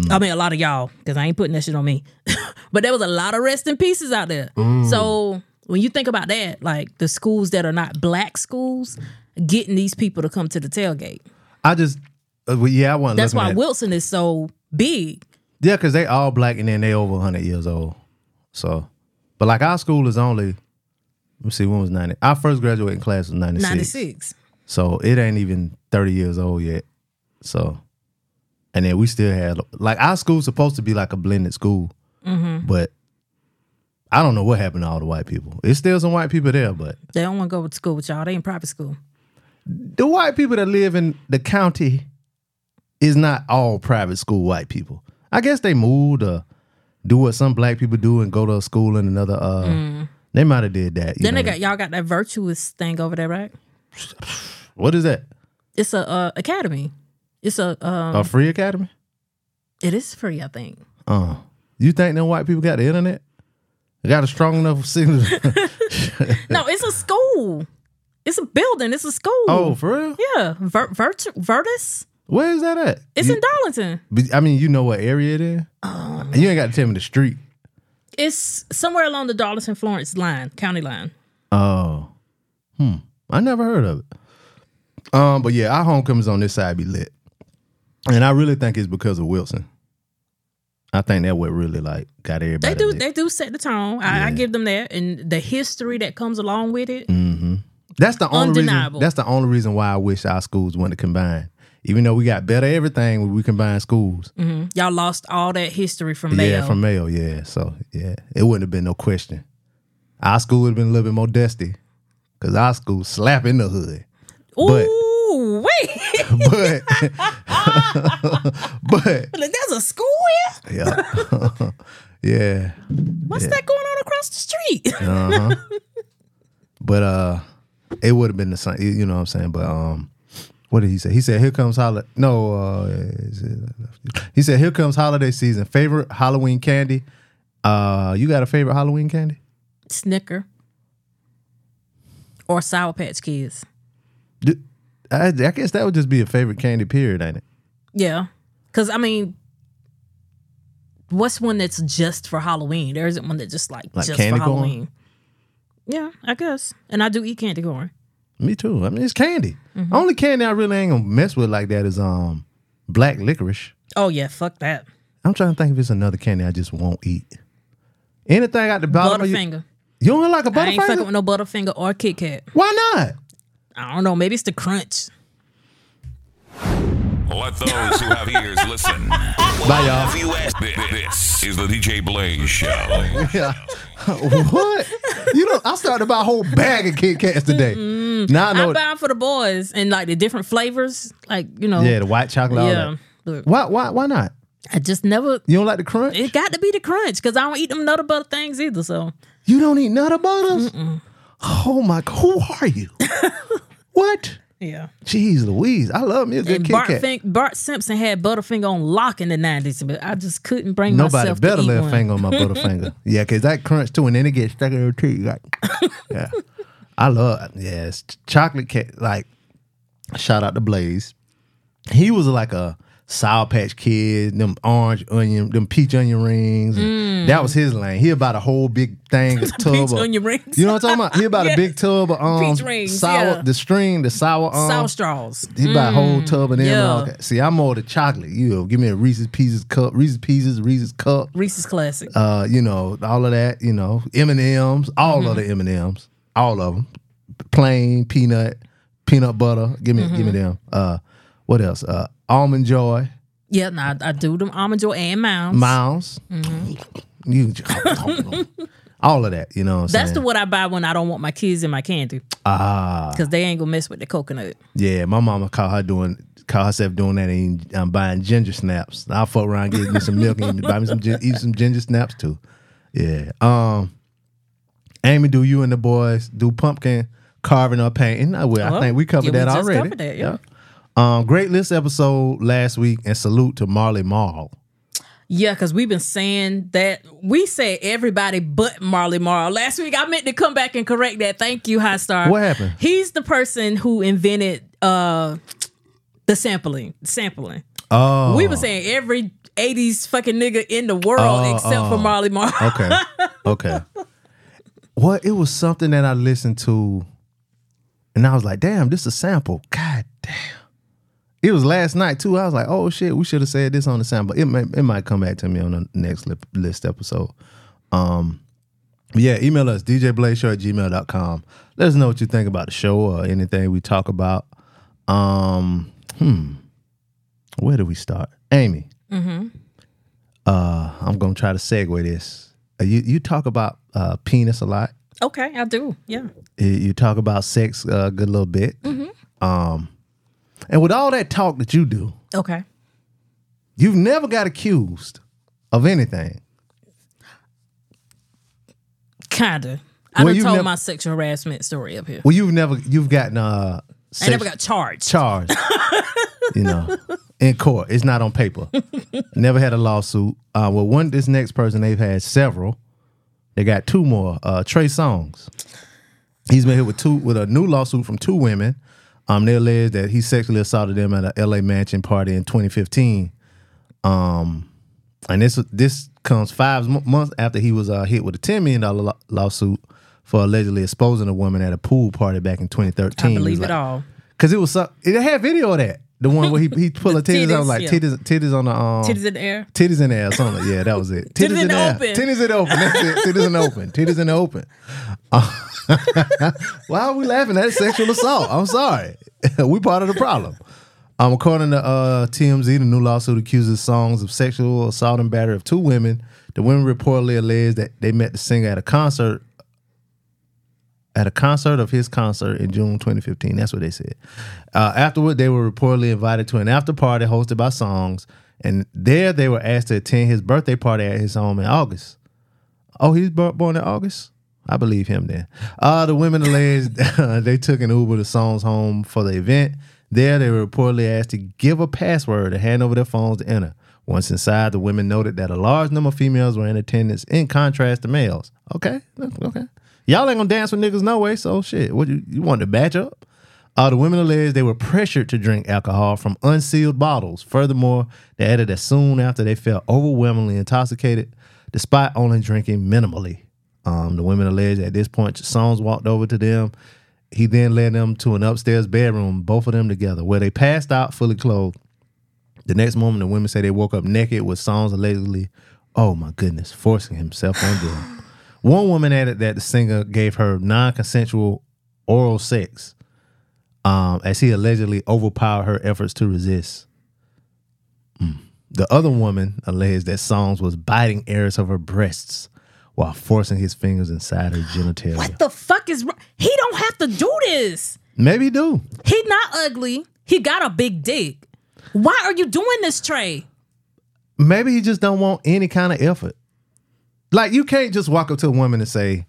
Speaker 4: Mm.
Speaker 5: I mean, a lot of y'all, because I ain't putting that shit on me. but there was a lot of rest in pieces out there.
Speaker 4: Mm.
Speaker 5: So when you think about that, like the schools that are not black schools, getting these people to come to the tailgate.
Speaker 4: I just uh, well, yeah I wasn't.
Speaker 5: That's
Speaker 4: looking
Speaker 5: why
Speaker 4: at-
Speaker 5: Wilson is so big.
Speaker 4: Yeah, because they all black and then they over hundred years old. So, but like our school is only. Let me see when was ninety. Our first graduating class was ninety
Speaker 5: Ninety
Speaker 4: six.
Speaker 5: six.
Speaker 4: So it ain't even 30 years old yet. So, and then we still had, like, our school's supposed to be like a blended school.
Speaker 5: Mm-hmm.
Speaker 4: But I don't know what happened to all the white people. It's still some white people there, but
Speaker 5: They don't want to go to school with y'all. They in private school.
Speaker 4: the white people that live in the county is not all private school white people. I guess they moved or do what some black people do and go to a school in another, uh, they might have did that. you
Speaker 5: Mm. Then they
Speaker 4: know.
Speaker 5: got y'all got that virtuous thing over there, right?
Speaker 4: what is that?
Speaker 5: It's a uh, academy. It's a um,
Speaker 4: A free academy?
Speaker 5: it is free, I think.
Speaker 4: Uh, you think them white people got the internet? They got a strong enough signal.
Speaker 5: No, it's a school. It's a building. It's a school.
Speaker 4: oh, for real?
Speaker 5: yeah, Ver- Virtu- Virtus.
Speaker 4: Where is that at?
Speaker 5: It's
Speaker 4: You-
Speaker 5: in Darlington.
Speaker 4: but, I mean, you know what area it is.
Speaker 5: Oh,
Speaker 4: you ain't got to tell me the street.
Speaker 5: It's somewhere along the Darlington Florence line, county line.
Speaker 4: Oh, hmm. I never heard of it. Um, but yeah, our homecomings on this side be lit, and I really think it's because of Wilson. I think that what really like got everybody.
Speaker 5: They do.
Speaker 4: lit.
Speaker 5: They do set the tone. I, I give them that, and the history that comes along with it.
Speaker 4: Mm-hmm. That's the only
Speaker 5: Undeniable.
Speaker 4: reason. That's the only reason why I wish our schools wouldn't have combined. Even though we got better everything when we combined schools.
Speaker 5: Y'all lost all that history from Mayo.
Speaker 4: Yeah, from Mayo, yeah. So yeah, it wouldn't have been no question. Our school would have been a little bit more dusty, cause our school slap in the hood. but-
Speaker 5: Ooh, wait.
Speaker 4: But but
Speaker 5: Like, There's a school here?
Speaker 4: yeah, yeah.
Speaker 5: What's that going on across the street?
Speaker 4: But uh, it would have been the same. You know what I'm saying? But um, what did he say? He said, "Here comes holiday." No, uh, is it- he said, "Here comes holiday season. Favorite Halloween candy." Uh, you got a favorite Halloween candy?
Speaker 5: Snicker. Or Sour Patch Kids.
Speaker 4: Do- I, I guess that would just be a favorite candy. Period, ain't it?
Speaker 5: Yeah. Because, I mean, what's one that's just for Halloween? There isn't one that's just like,
Speaker 4: Like
Speaker 5: just
Speaker 4: candy
Speaker 5: for
Speaker 4: corn?
Speaker 5: Halloween. Yeah, I guess. And I do eat candy corn.
Speaker 4: Me too. I mean, it's candy.
Speaker 5: Mm-hmm.
Speaker 4: Only candy I really ain't gonna mess with like that is um black licorice.
Speaker 5: Oh, yeah, fuck that.
Speaker 4: I'm trying to think if it's another candy I just won't eat. Anything at the bottom of your,
Speaker 5: Butterfinger.
Speaker 4: you don't like a
Speaker 5: I ain't fucking
Speaker 4: butterfinger?
Speaker 5: with no Butterfinger or Kit Kat.
Speaker 4: Why not?
Speaker 5: I don't know. Maybe it's the crunch.
Speaker 2: Let those who have ears listen.
Speaker 4: Bye y'all.
Speaker 2: If you ask- thi- This is the DJ Blaze Show.
Speaker 4: Yeah. what? You know, I started to buy a whole bag of Kit Kats today. Now I know.
Speaker 5: Mm-hmm. I buy 'em for the boys and like the different flavors. Like, you know.
Speaker 4: yeah, the white chocolate. all
Speaker 5: Yeah.
Speaker 4: that.
Speaker 5: Look,
Speaker 4: Why? Why? Why not?
Speaker 5: I just never.
Speaker 4: You don't like the crunch?
Speaker 5: It got to be the crunch because I don't eat them nutter butter things either. So
Speaker 4: you don't eat nut butters? oh my, who are you? what?
Speaker 5: Yeah.
Speaker 4: Jeez Louise, I love me a good
Speaker 5: And
Speaker 4: Kit
Speaker 5: Bart,
Speaker 4: Kat.
Speaker 5: Fink, Bart Simpson had Butterfinger on lock in the 90s, but I just couldn't bring
Speaker 4: Nobody
Speaker 5: myself
Speaker 4: better
Speaker 5: to eat
Speaker 4: lay a
Speaker 5: one.
Speaker 4: finger on my butterfinger. Yeah, because that crunch too, and then it gets stuck in your teeth. Like, yeah, I love. Yeah, it's ch- chocolate cake. Like, shout out to Blaze. He was like a Sour Patch Kid, them orange onion, them peach onion rings. and That was his lane. He about a whole big thing, a tub
Speaker 5: Mm.
Speaker 4: of
Speaker 5: Peach onion rings.
Speaker 4: You know what I'm talking about? He about
Speaker 5: Yes.
Speaker 4: a big tub of um,
Speaker 5: Peach rings,
Speaker 4: sour,
Speaker 5: yeah.
Speaker 4: the string, the sour, um,
Speaker 5: Sour straws.
Speaker 4: He buy a whole tub of them. and all
Speaker 5: Mm. yeah.
Speaker 4: that. See, I'm more the chocolate. You know, give me a Reese's Pieces cup, Reese's Pieces, Reese's cup.
Speaker 5: Reese's Classic.
Speaker 4: Uh, you know, all of that. You know, M and M's, all of the
Speaker 5: Mm-hmm.
Speaker 4: M and M's, all of them, plain peanut, peanut butter. Give me, give me
Speaker 5: Mm-hmm.
Speaker 4: them. Uh, what else? Uh, almond joy,
Speaker 5: yeah, no, I, I do them almond joy and mounds.
Speaker 4: miles.
Speaker 5: Mm-hmm.
Speaker 4: You all of that. You know, what I'm
Speaker 5: That's the
Speaker 4: saying?
Speaker 5: what I buy when I don't want my kids in my candy. Ah. Because they ain't going to mess with the coconut.
Speaker 4: Yeah, my mama caught her doing caught herself doing that and um, buying ginger snaps. I'll fuck around get me some milk and buy me some gin- eat some ginger snaps too. Yeah. Um Amy, do you and the boys do pumpkin carving or painting? I will. I
Speaker 5: Well,
Speaker 4: think we covered
Speaker 5: Uh-huh. yeah, we
Speaker 4: that
Speaker 5: just
Speaker 4: already.
Speaker 5: covered that, yeah.
Speaker 4: Um, great list episode last week and salute to Marley Marl.
Speaker 5: Yeah, because we've been saying that we said everybody but Marley Marl. Last week I meant to come back and correct that. Thank you, High Star.
Speaker 4: What happened?
Speaker 5: He's the person who invented uh the sampling. Sampling.
Speaker 4: Oh
Speaker 5: We were saying every 80s fucking nigga in the world
Speaker 4: Oh,
Speaker 5: except for Marley Marl.
Speaker 4: Okay. Okay. what it was something that I listened to and I was like, damn, this is a sample. God damn. It was last night too. I was like, oh shit, we should have said this on the sample. It might it might come back to me on the next lip, list episode. Um but yeah, email us djblayshow at gmail.com. Let us know what you think about the show or anything we talk about. Um, hmm. Where do we start? Amy uh, I'm gonna try to segue this. Uh, you you talk about uh, penis a lot.
Speaker 5: Okay, I do. Yeah.
Speaker 4: You- You talk about sex uh, a good little bit.
Speaker 5: Mm-hmm.
Speaker 4: Um, and with all that talk that you do,
Speaker 5: Okay.
Speaker 4: you've never got accused of anything.
Speaker 5: Kinda. I
Speaker 4: Well,
Speaker 5: done
Speaker 4: you've
Speaker 5: told
Speaker 4: nev-
Speaker 5: my sexual harassment story up here.
Speaker 4: Well, you've never you've gotten uh,
Speaker 5: I never
Speaker 4: sex-
Speaker 5: got charged.
Speaker 4: charged. you know, in court, it's not on paper. never had a lawsuit. Uh, well, one this next person they've had several. They got two more. Uh, Trey Songs. He's been hit with two with a new lawsuit from two women. Um, they alleged that he sexually assaulted them at a LA mansion party in 2015. Um, and this this comes five mo- months after he was uh, hit with a 10 million dollar lawsuit for allegedly exposing a woman at a pool party back in 2013.
Speaker 5: I
Speaker 4: He was
Speaker 5: believe it
Speaker 4: like-
Speaker 5: all.
Speaker 4: Cause it was so it had video of that. The one where he he pulled her titties, out
Speaker 5: titties,
Speaker 4: like
Speaker 5: yeah.
Speaker 4: titties titties on the um
Speaker 5: Titties in the air.
Speaker 4: titties in the air or something. Yeah, that was it.
Speaker 5: Titties in the
Speaker 4: air.
Speaker 5: open.
Speaker 4: Titties in the open. That's it. Titties in the open. Titties in the open. Uh, Why are we laughing? That's sexual assault. I'm sorry. we part of the problem. Um, according to uh, TMZ, the new lawsuit accuses songs of sexual assault and battery of two women. The women reportedly alleged that they met the singer at a concert at a concert of his concert in June 2015. That's what they said. Uh, afterward, they were reportedly invited to an after party hosted by Songs, and there they were asked to attend his birthday party at his home in August. Oh, he's bor- born in August? I believe him then. Uh, the women alleged they took an Uber to Song's home for the event. There, they were reportedly asked to give a password and hand over their phones to enter. Once inside, the women noted that a large number of females were in attendance in contrast to males. Okay, okay. Y'all ain't gonna dance with niggas no way, so shit. What you, you want to batch up? Uh, the women alleged they were pressured to drink alcohol from unsealed bottles. Furthermore, they added that soon after they felt overwhelmingly intoxicated, despite only drinking minimally. Um, the women alleged at this point, Songs walked over to them. He then led them to an upstairs bedroom, both of them together, where they passed out fully clothed. The next morning, the women say they woke up naked with songs allegedly, oh my goodness, forcing himself on them. One woman added that the singer gave her non consensual oral sex um, as he allegedly overpowered her efforts to resist. Mm. The other woman alleged that Songs was biting areas of her breasts while forcing his fingers inside her genitalia.
Speaker 5: What the fuck is wrong? He don't have to do this.
Speaker 4: Maybe he do.
Speaker 5: He not ugly. He got a big dick. Why are you doing this, Trey?
Speaker 4: Maybe he just don't want any kind of effort. Like you can't just walk up to a woman and say,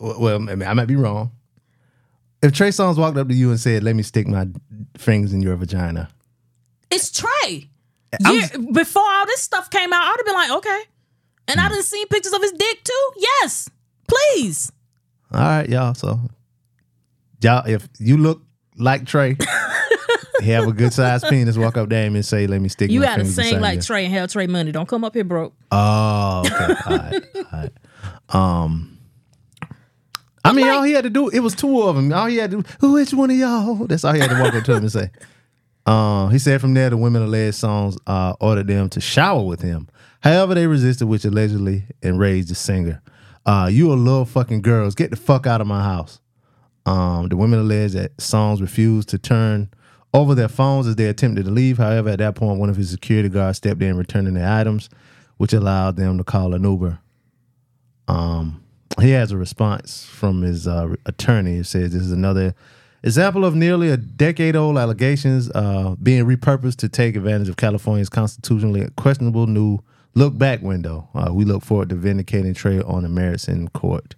Speaker 4: "Well, I, mean, I might be wrong." If Trey Songz walked up to you and said, "Let me stick my fingers in your vagina,"
Speaker 5: It's Trey. Year- before all this stuff came out, I'd have been like, okay. And I didn't see pictures of his dick too. Yes, please.
Speaker 4: all right, y'all. So, y'all, if you look like Trey, you have a good sized penis, walk up to him and say, "Let me stick."
Speaker 5: You
Speaker 4: my
Speaker 5: gotta
Speaker 4: fingers
Speaker 5: sing
Speaker 4: inside
Speaker 5: like
Speaker 4: your-"
Speaker 5: Trey and have Trey money. Don't come up here broke.
Speaker 4: Oh, okay. all right, all right. Um, I mean, all he had to do it was two of them. All he had to do, who which one of y'all? That's all he had to walk up to him and say. Uh, he said from there, the women alleged songs uh, ordered them to shower with him. However, they resisted, which allegedly enraged the singer. Uh, you a little fucking girls, get the fuck out of my house. Um, the women alleged that songs refused to turn over their phones as they attempted to leave. However, at that point, one of his security guards stepped in, returning their items, which allowed them to call an Uber. Um, he has a response from his uh, attorney. It says this is another example of nearly a decade old allegations uh, being repurposed to take advantage of California's constitutionally questionable new look back window. Uh, we look forward to vindicating Trey on the merits in court.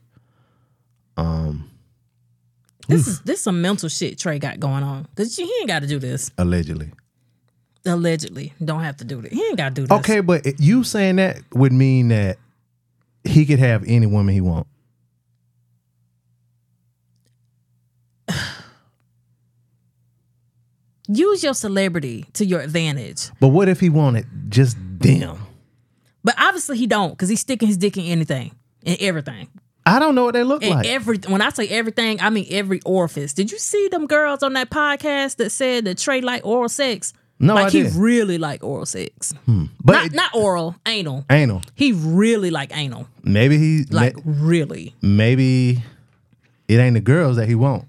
Speaker 5: This is this some mental shit Trey got going on. Cause he ain't gotta do this.
Speaker 4: Allegedly.
Speaker 5: Allegedly. Don't have to do this. He ain't gotta do this.
Speaker 4: Okay, but it- you saying that would mean that he could have any woman he want.
Speaker 5: Use your celebrity to your advantage.
Speaker 4: But what if he wanted just them?
Speaker 5: But obviously he don't, because he's sticking his dick in anything. In everything.
Speaker 4: I don't know what they look
Speaker 5: And
Speaker 4: like.
Speaker 5: every when I say everything, I mean every orifice. Did you see them girls on that podcast that said that Trey like oral sex?
Speaker 4: No,
Speaker 5: like
Speaker 4: I
Speaker 5: he
Speaker 4: didn't.
Speaker 5: really like oral sex.
Speaker 4: but
Speaker 5: Not
Speaker 4: it-
Speaker 5: not oral, anal.
Speaker 4: anal.
Speaker 5: He really like anal.
Speaker 4: Maybe he
Speaker 5: Like
Speaker 4: may-
Speaker 5: really.
Speaker 4: maybe it ain't the girls that he want.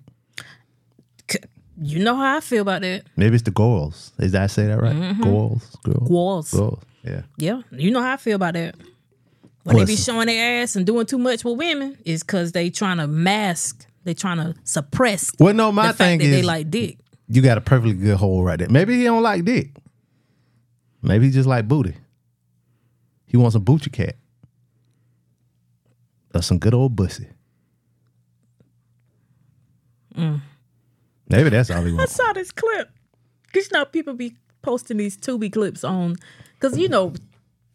Speaker 5: C- You know how I feel about that.
Speaker 4: Maybe it's the girls. Is that I say that right?
Speaker 5: Mm-hmm.
Speaker 4: Girls, girls,
Speaker 5: Walls.
Speaker 4: girls. Yeah.
Speaker 5: Yeah. You know how I feel about that. When they be
Speaker 4: Listen.
Speaker 5: showing their ass and doing too much with women, is cause they trying to mask, they trying to suppress
Speaker 4: Well, no, my
Speaker 5: the fact
Speaker 4: thing
Speaker 5: that
Speaker 4: is
Speaker 5: they like dick.
Speaker 4: you got a perfectly good hole right there. Maybe he don't like dick. Maybe he just like booty. He wants a booty cat. That's some good old pussy. Maybe that's all he
Speaker 5: I
Speaker 4: wants.
Speaker 5: saw this clip. Cause you know people be posting these Tubi clips on, cause you know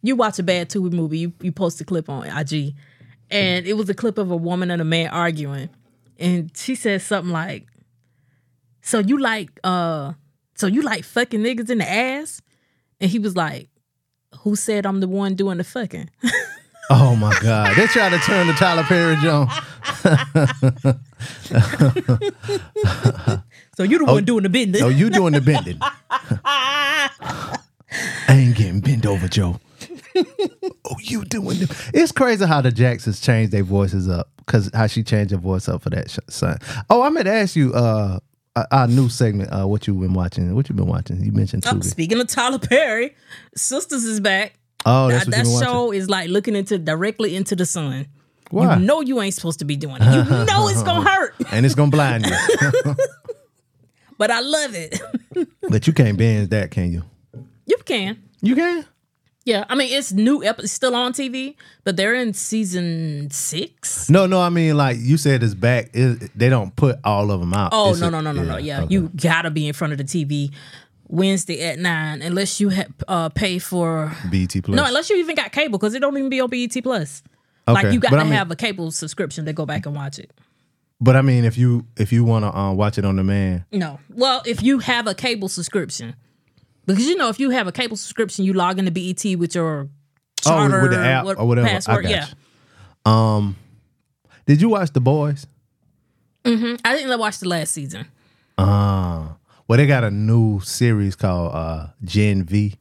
Speaker 5: you watch a bad Tubi movie, you you post a clip on IG, and it was a clip of a woman and a man arguing, and she said something like, "So you like uh, so you like fucking niggas in the ass," and he was like, "Who said I'm the one doing the fucking?"
Speaker 4: Oh my God. They trying to turn to Tyler Perry Jones.
Speaker 5: So you the one doing the business.
Speaker 4: Oh, you doing the bending. I ain't getting bent over, Joe. oh, you doing the. It's crazy how the Jacksons changed their voices up. Cause how she changed her voice up for that sh- son. Oh, I meant to ask you, uh, our- our new segment, uh, what you been watching? What you been watching? You mentioned
Speaker 5: Oh,
Speaker 4: Tubi.
Speaker 5: speaking of Tyler Perry, Sisters is back.
Speaker 4: Oh, that's
Speaker 5: that
Speaker 4: what you been watching.
Speaker 5: show is like looking into directly into the sun.
Speaker 4: Why?
Speaker 5: You know you ain't supposed to be doing it. You know it's gonna hurt,
Speaker 4: and it's gonna blind you,
Speaker 5: but I love it.
Speaker 4: but you can't binge that, can you?
Speaker 5: you can.
Speaker 4: You can.
Speaker 5: Yeah, I mean it's new. Ep- it's still on TV, but they're in season six.
Speaker 4: No, no. I mean, like you said, it's back. It, they don't put all of them out.
Speaker 5: Oh
Speaker 4: It's
Speaker 5: no
Speaker 4: a-
Speaker 5: no no no no! Yeah,
Speaker 4: okay.
Speaker 5: you gotta be in front of the TV Wednesday at nine, unless you ha- uh, pay for
Speaker 4: BT Plus.
Speaker 5: no, unless you even got cable because it don't even be on BET Plus.
Speaker 4: Okay,
Speaker 5: Like you got
Speaker 4: but
Speaker 5: to
Speaker 4: I mean-
Speaker 5: have a cable subscription to go back and watch it.
Speaker 4: But I mean, if you if you want to uh, watch it on demand,
Speaker 5: No. Well, if you have a cable subscription, because you know if you have a cable subscription, you log into BET with
Speaker 4: oh,
Speaker 5: your
Speaker 4: with-
Speaker 5: charter
Speaker 4: with the app
Speaker 5: what-
Speaker 4: or whatever, I
Speaker 5: Password.
Speaker 4: got
Speaker 5: yeah,
Speaker 4: you. Um, did you watch The Boys?
Speaker 5: I didn't watch the last season.
Speaker 4: Uh, well, they got a new series called uh, Gen V.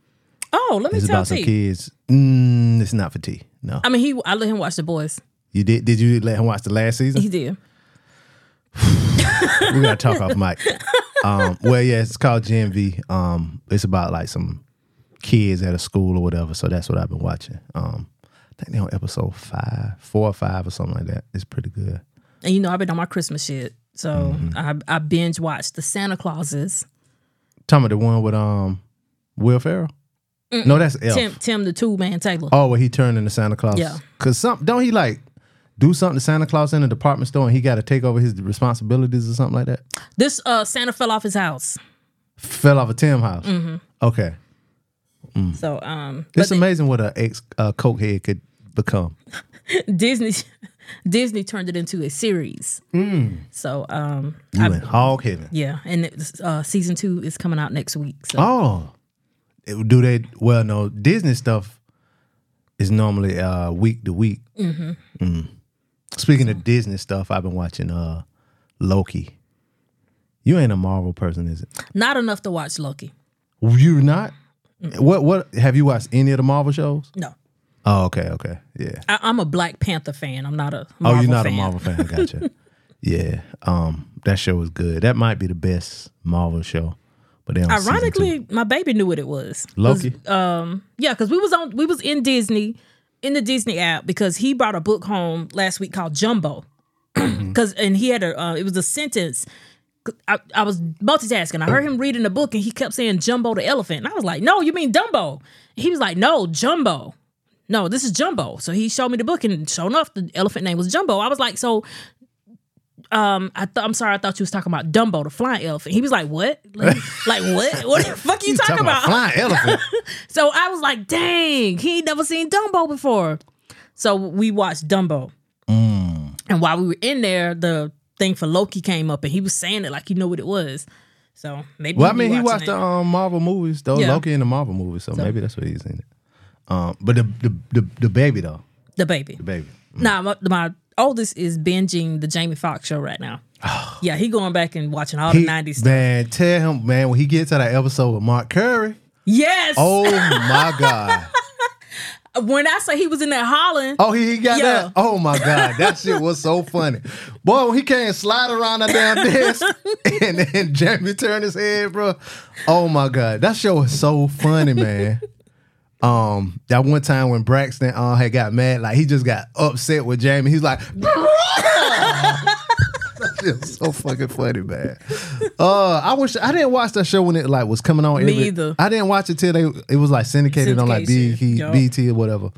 Speaker 5: Oh, let me
Speaker 4: It's
Speaker 5: tell
Speaker 4: about some
Speaker 5: T.
Speaker 4: kids. Mm, it's not for T. No,
Speaker 5: I mean, he. I let him watch the boys.
Speaker 4: you did. Did you let him watch the last season?
Speaker 5: He did.
Speaker 4: we gotta talk off mic. Um, well, yeah, it's called Gen V. Um, it's about like some kids at a school or whatever. So that's what I've been watching. Um, I think they're on episode five, four or five, or something like that. It's pretty good.
Speaker 5: And you know, I've been on my Christmas shit, so
Speaker 4: Mm-hmm.
Speaker 5: I, I binge watched the Santa Clauses.
Speaker 4: Talking about the one with um Will Ferrell. No, that's Elf.
Speaker 5: Tim, Tim, the two man Taylor.
Speaker 4: Oh, where he turned into Santa Claus.
Speaker 5: Yeah.
Speaker 4: Cause some don't he like do something to Santa Claus in a department store and he got to take over his responsibilities or something like that?
Speaker 5: This uh, Santa fell off his house.
Speaker 4: Fell off a Tim house.
Speaker 5: Mm-hmm.
Speaker 4: Okay.
Speaker 5: So um,
Speaker 4: It's amazing what an ex uh, cokehead could become.
Speaker 5: Disney Disney turned it into a series.
Speaker 4: Mm.
Speaker 5: So um,
Speaker 4: You in hog heaven.
Speaker 5: yeah, and it's, uh, season two is coming out next week. So
Speaker 4: Oh, It- do they? Well, no. Disney stuff is normally uh, week to week. Mm-hmm. Speaking of Disney stuff, I've been watching uh, Loki. You ain't a Marvel person, is it?
Speaker 5: not enough to watch Loki.
Speaker 4: You're not. What? What? Have you watched any of the Marvel shows?
Speaker 5: No,
Speaker 4: Oh, okay, okay, yeah.
Speaker 5: I, I'm a Black Panther fan. I'm not a
Speaker 4: oh,
Speaker 5: Marvel
Speaker 4: you're not
Speaker 5: fan.
Speaker 4: a Marvel fan. Gotcha. yeah. Um, that show was good. That might be the best Marvel show. But they on season two.
Speaker 5: Ironically, uh, my baby knew what it was.
Speaker 4: Loki.
Speaker 5: Yeah, because we was on we was in Disney in the Disney app because he brought a book home last week called Jumbo. Cause and he had a uh, it was a sentence. I, I was multitasking. I heard him reading the book and he kept saying Jumbo the elephant. And I was like, No, you mean Dumbo. He was like, No, Jumbo. No, this is Jumbo. So he showed me the book and sure enough, the elephant name was Jumbo. I was like, So um, I thought I'm sorry, I thought you was talking about Dumbo, the flying elephant. He was like, What? Like, like, what? What the fuck you,
Speaker 4: You
Speaker 5: talking, about?
Speaker 4: flying elephant.
Speaker 5: So I was like, dang, he ain't never seen Dumbo before. So we watched Dumbo.
Speaker 4: Mm.
Speaker 5: And while we were in there, the thing for Loki came up and he was saying it like he knew what it was. So maybe
Speaker 4: Well, I
Speaker 5: he
Speaker 4: mean, he
Speaker 5: watching
Speaker 4: watched
Speaker 5: it.
Speaker 4: the um, Marvel movies, though.
Speaker 5: Yeah.
Speaker 4: Loki in the Marvel movies, so, maybe that's what he's in it. Um, but the, the the the baby though,
Speaker 5: the baby.
Speaker 4: the baby.
Speaker 5: Nah, my, my oldest is binging the Jamie Foxx show right now. yeah, he going back and watching all
Speaker 4: He,
Speaker 5: the 90s stuff.
Speaker 4: man, tell him, man, when he gets to that episode with Mark Curry.
Speaker 5: Yes.
Speaker 4: Oh my god!
Speaker 5: When I say he was in that Holland,
Speaker 4: Oh, he, he got
Speaker 5: Yeah.
Speaker 4: that. Oh my god, that shit was so funny. Boy, when he came slide around that damn desk, and then Jamie turned his head, bro. Oh my god, that show was so funny, man. Um, that one time when Braxton uh, had got mad, like he just got upset with Jamie. He's like, that shit was so fucking funny, man. Uh, I wish I didn't watch that show when it like was coming on.
Speaker 5: Me
Speaker 4: every-
Speaker 5: either.
Speaker 4: I didn't watch it till they it was like syndicated on like
Speaker 5: Syndication,
Speaker 4: BT,
Speaker 5: yup.
Speaker 4: BT or whatever.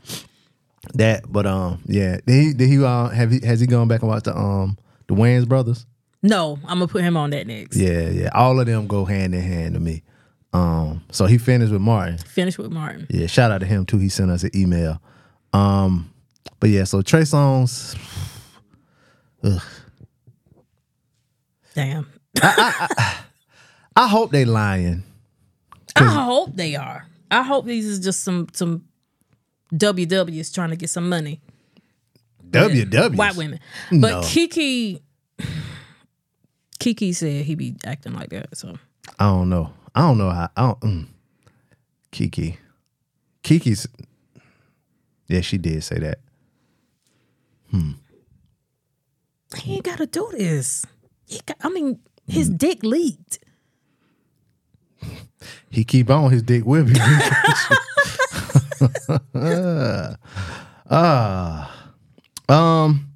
Speaker 4: That, but um, yeah. Did he? Did he? Uh, have he? Has he gone back and watched the um the Wayans brothers?
Speaker 5: no, I'm going to put him on that next.
Speaker 4: Yeah, yeah. All of them go hand in hand to me. Um, so he finished with Martin.
Speaker 5: Finish with Martin.
Speaker 4: Yeah, shout out to him too. He sent us an email. Um, but yeah, so Trey Songz.
Speaker 5: Damn.
Speaker 4: I hope they lying.
Speaker 5: I hope they are. I hope these is just some some WWs trying to get some money.
Speaker 4: WW
Speaker 5: White women. But
Speaker 4: No.
Speaker 5: Kiki Kiki said he be acting like that. So
Speaker 4: I don't know. I don't know how. I don't. Mm. Kiki. Kiki's. Yeah, she did say that.
Speaker 5: he ain't gotta do this. He got, I mean, his dick leaked.
Speaker 4: He keep on his dick with me. Ah. um.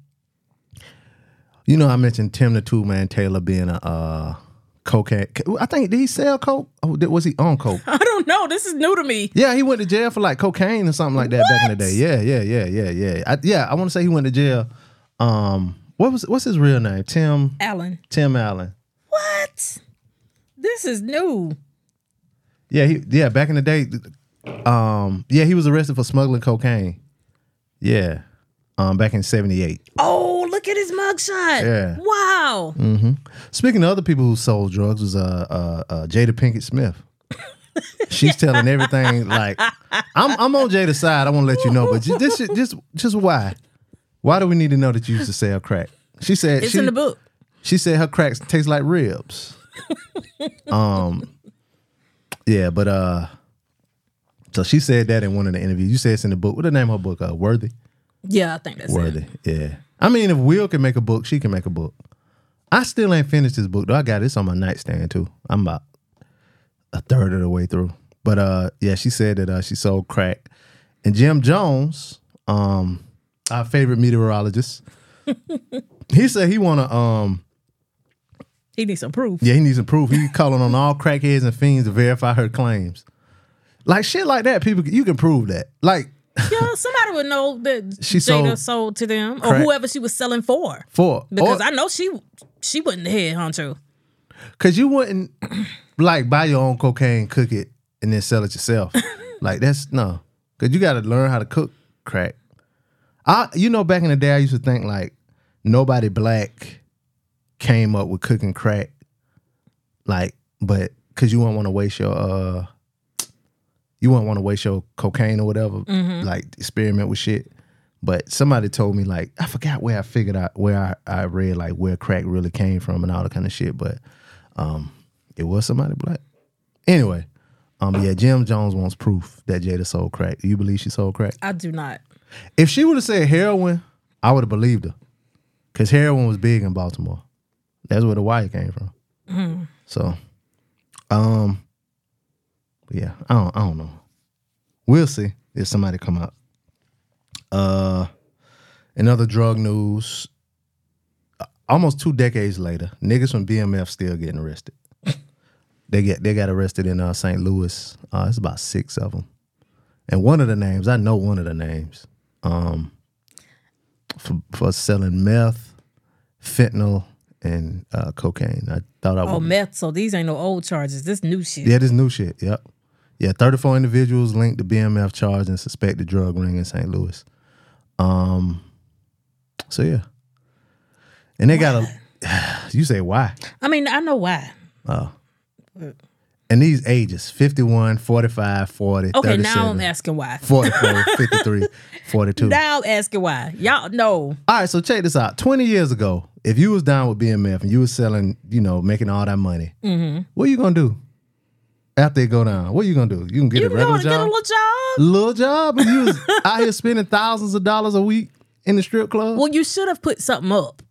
Speaker 4: You know, I mentioned Tim the Two Man Taylor being a uh, cocaine. I think did he sell coke? Oh, did, was he on coke?
Speaker 5: I don't know. This is new to me.
Speaker 4: Yeah, he went to jail for like cocaine or something like that back in the day. Yeah, yeah, yeah, yeah, yeah. I, yeah, I want to say he went to jail. Um, what was what's his real name? Tim
Speaker 5: Alan.
Speaker 4: Tim Allen.
Speaker 5: What? This is new.
Speaker 4: Yeah, he yeah back in the day. Um, yeah, he was arrested for smuggling cocaine. Yeah, um, back in '78.
Speaker 5: Oh, look at his mugshot.
Speaker 4: Yeah.
Speaker 5: Wow.
Speaker 4: Speaking of other people who sold drugs, was uh, uh, uh Jada Pinkett Smith. She's telling everything like I'm. I'm on Jada's side. I want to let you know, but ju- this shit, just just why? Why do we need to know that you used to sell crack? She said
Speaker 5: It's
Speaker 4: she,
Speaker 5: in the book.
Speaker 4: She said her cracks taste like ribs. um, yeah, but uh, so she said that in one of the interviews. You said it's in the book. What the name of her book? Uh, Worthy.
Speaker 5: Yeah, I think that's it.
Speaker 4: Worthy. Yeah. I mean, if Will can make a book, she can make a book. I still ain't finished this book though. I got this on my nightstand too. I'm about a third of the way through. But uh, yeah, she said that uh, she sold crack. And Jim Jones, um, our favorite meteorologist, he said he wanna um
Speaker 5: He needs some proof.
Speaker 4: yeah, he needs some proof. He's calling on all crackheads and fiends to verify her claims. Like shit like that, people you can prove that. Like
Speaker 5: yeah, Uh, somebody would know that
Speaker 4: She
Speaker 5: she
Speaker 4: sold
Speaker 5: Jada sold, to them or
Speaker 4: crack.
Speaker 5: whoever she was selling for.
Speaker 4: for
Speaker 5: Because
Speaker 4: or-
Speaker 5: I know she she wasn't the head honcho.
Speaker 4: Cause you wouldn't like buy your own cocaine, cook it, and then sell it yourself. like that's no. Cause you gotta learn how to cook crack. I you know back in the day I used to think like nobody black came up with cooking crack. Like, but cause you wouldn't want to waste your uh you wouldn't want to waste your cocaine or whatever, like experiment with shit. But somebody told me like I forgot where I figured out where I, I read like where crack really came from and all that kind of shit. But it was somebody black. Anyway, um, yeah, Jim Jones wants proof that Jada sold crack. Do you believe she sold crack?
Speaker 5: I do not.
Speaker 4: If she would have said heroin, I would have believed her, cause heroin was big in Baltimore. That's where the wire came from. So, um, yeah, I don't, I don't know. We'll see if somebody come out. Uh, in other drug news, almost two decades later, niggas from BMF still getting arrested. they get they got arrested in uh, St. Louis. Uh, it's about six of them, and one of the names I know one of the names, um, for, for selling meth, fentanyl, and uh, cocaine. I thought I
Speaker 5: Oh,
Speaker 4: would
Speaker 5: meth. So these ain't no old charges. This new shit.
Speaker 4: yeah, this new shit. Yep. Yeah, 34 individuals linked to BMF charged and suspected drug ring in St. Louis. Um. So yeah. And they got a. You say why?
Speaker 5: I mean, I know why.
Speaker 4: And these ages 51, 45, 40,
Speaker 5: Okay,
Speaker 4: 37,
Speaker 5: now I'm asking why.
Speaker 4: 44, 53, 42.
Speaker 5: Now I'm asking why. Y'all know.
Speaker 4: All right, so check this out. 20 years ago, if you was down with BMF and you was selling, you know, making all that money,
Speaker 5: Mm-hmm.
Speaker 4: what you going to do after it go down? What you going to do? You can get
Speaker 5: You
Speaker 4: a
Speaker 5: know
Speaker 4: regular
Speaker 5: to
Speaker 4: job?
Speaker 5: get a little job.
Speaker 4: little job and you was out here spending thousands of dollars a week in the strip club.
Speaker 5: Well, you should have put something up.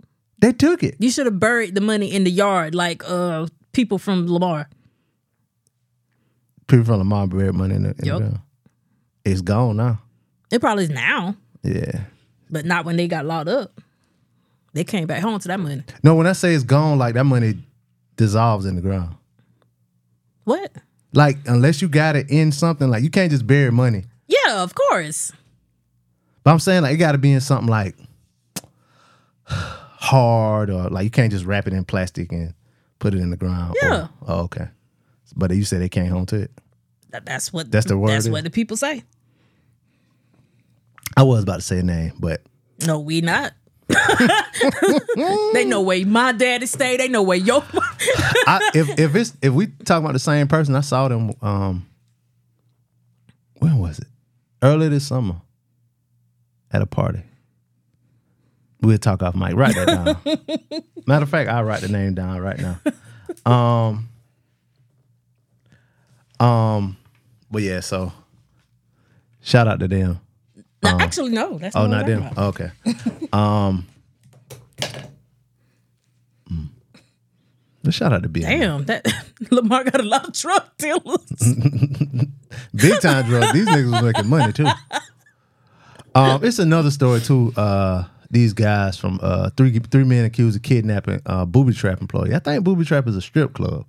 Speaker 4: they took it.
Speaker 5: You should have buried the money in the yard like uh people from Lamar.
Speaker 4: People from Lamar buried money in the, in the
Speaker 5: Yup.
Speaker 4: ground. It's gone now.
Speaker 5: It probably is now,
Speaker 4: Yeah.
Speaker 5: but not when they got locked up. They came back home to that money.
Speaker 4: No, when I say it's gone, like that money dissolves in the ground.
Speaker 5: What?
Speaker 4: Like unless you got it in something, like you can't just bury money.
Speaker 5: Yeah, of course.
Speaker 4: But I'm saying like it got to be in something like hard or like you can't just wrap it in plastic and put it in the ground. or-
Speaker 5: Yeah.
Speaker 4: oh, okay. But you said they came home to it.
Speaker 5: That- That's what.
Speaker 4: That's the word,
Speaker 5: That's
Speaker 4: isn't
Speaker 5: what
Speaker 4: it?
Speaker 5: the people say.
Speaker 4: I was about to say a name, but
Speaker 5: No, we not. they know where my daddy stayed. They know where your.
Speaker 4: I, if if it's if we talk about the same person, I saw them. Um, when was it? Earlier this summer, at a party. We'll talk off mic. Write that down. Matter of fact, I'll write the name down right now. Um, um, but yeah. So, shout out to them.
Speaker 5: No, actually, no. That's
Speaker 4: Oh,
Speaker 5: what I'm
Speaker 4: not
Speaker 5: talking
Speaker 4: them.
Speaker 5: about.
Speaker 4: Okay. Um. mm. But shout out to BMF.
Speaker 5: Damn, that Lamar got a lot of drug dealers.
Speaker 4: Big time drug. These niggas was making money too. Um, it's another story too. Uh, these guys from uh, three three men accused of kidnapping uh, booby trap employee. I think booby trap is a strip club.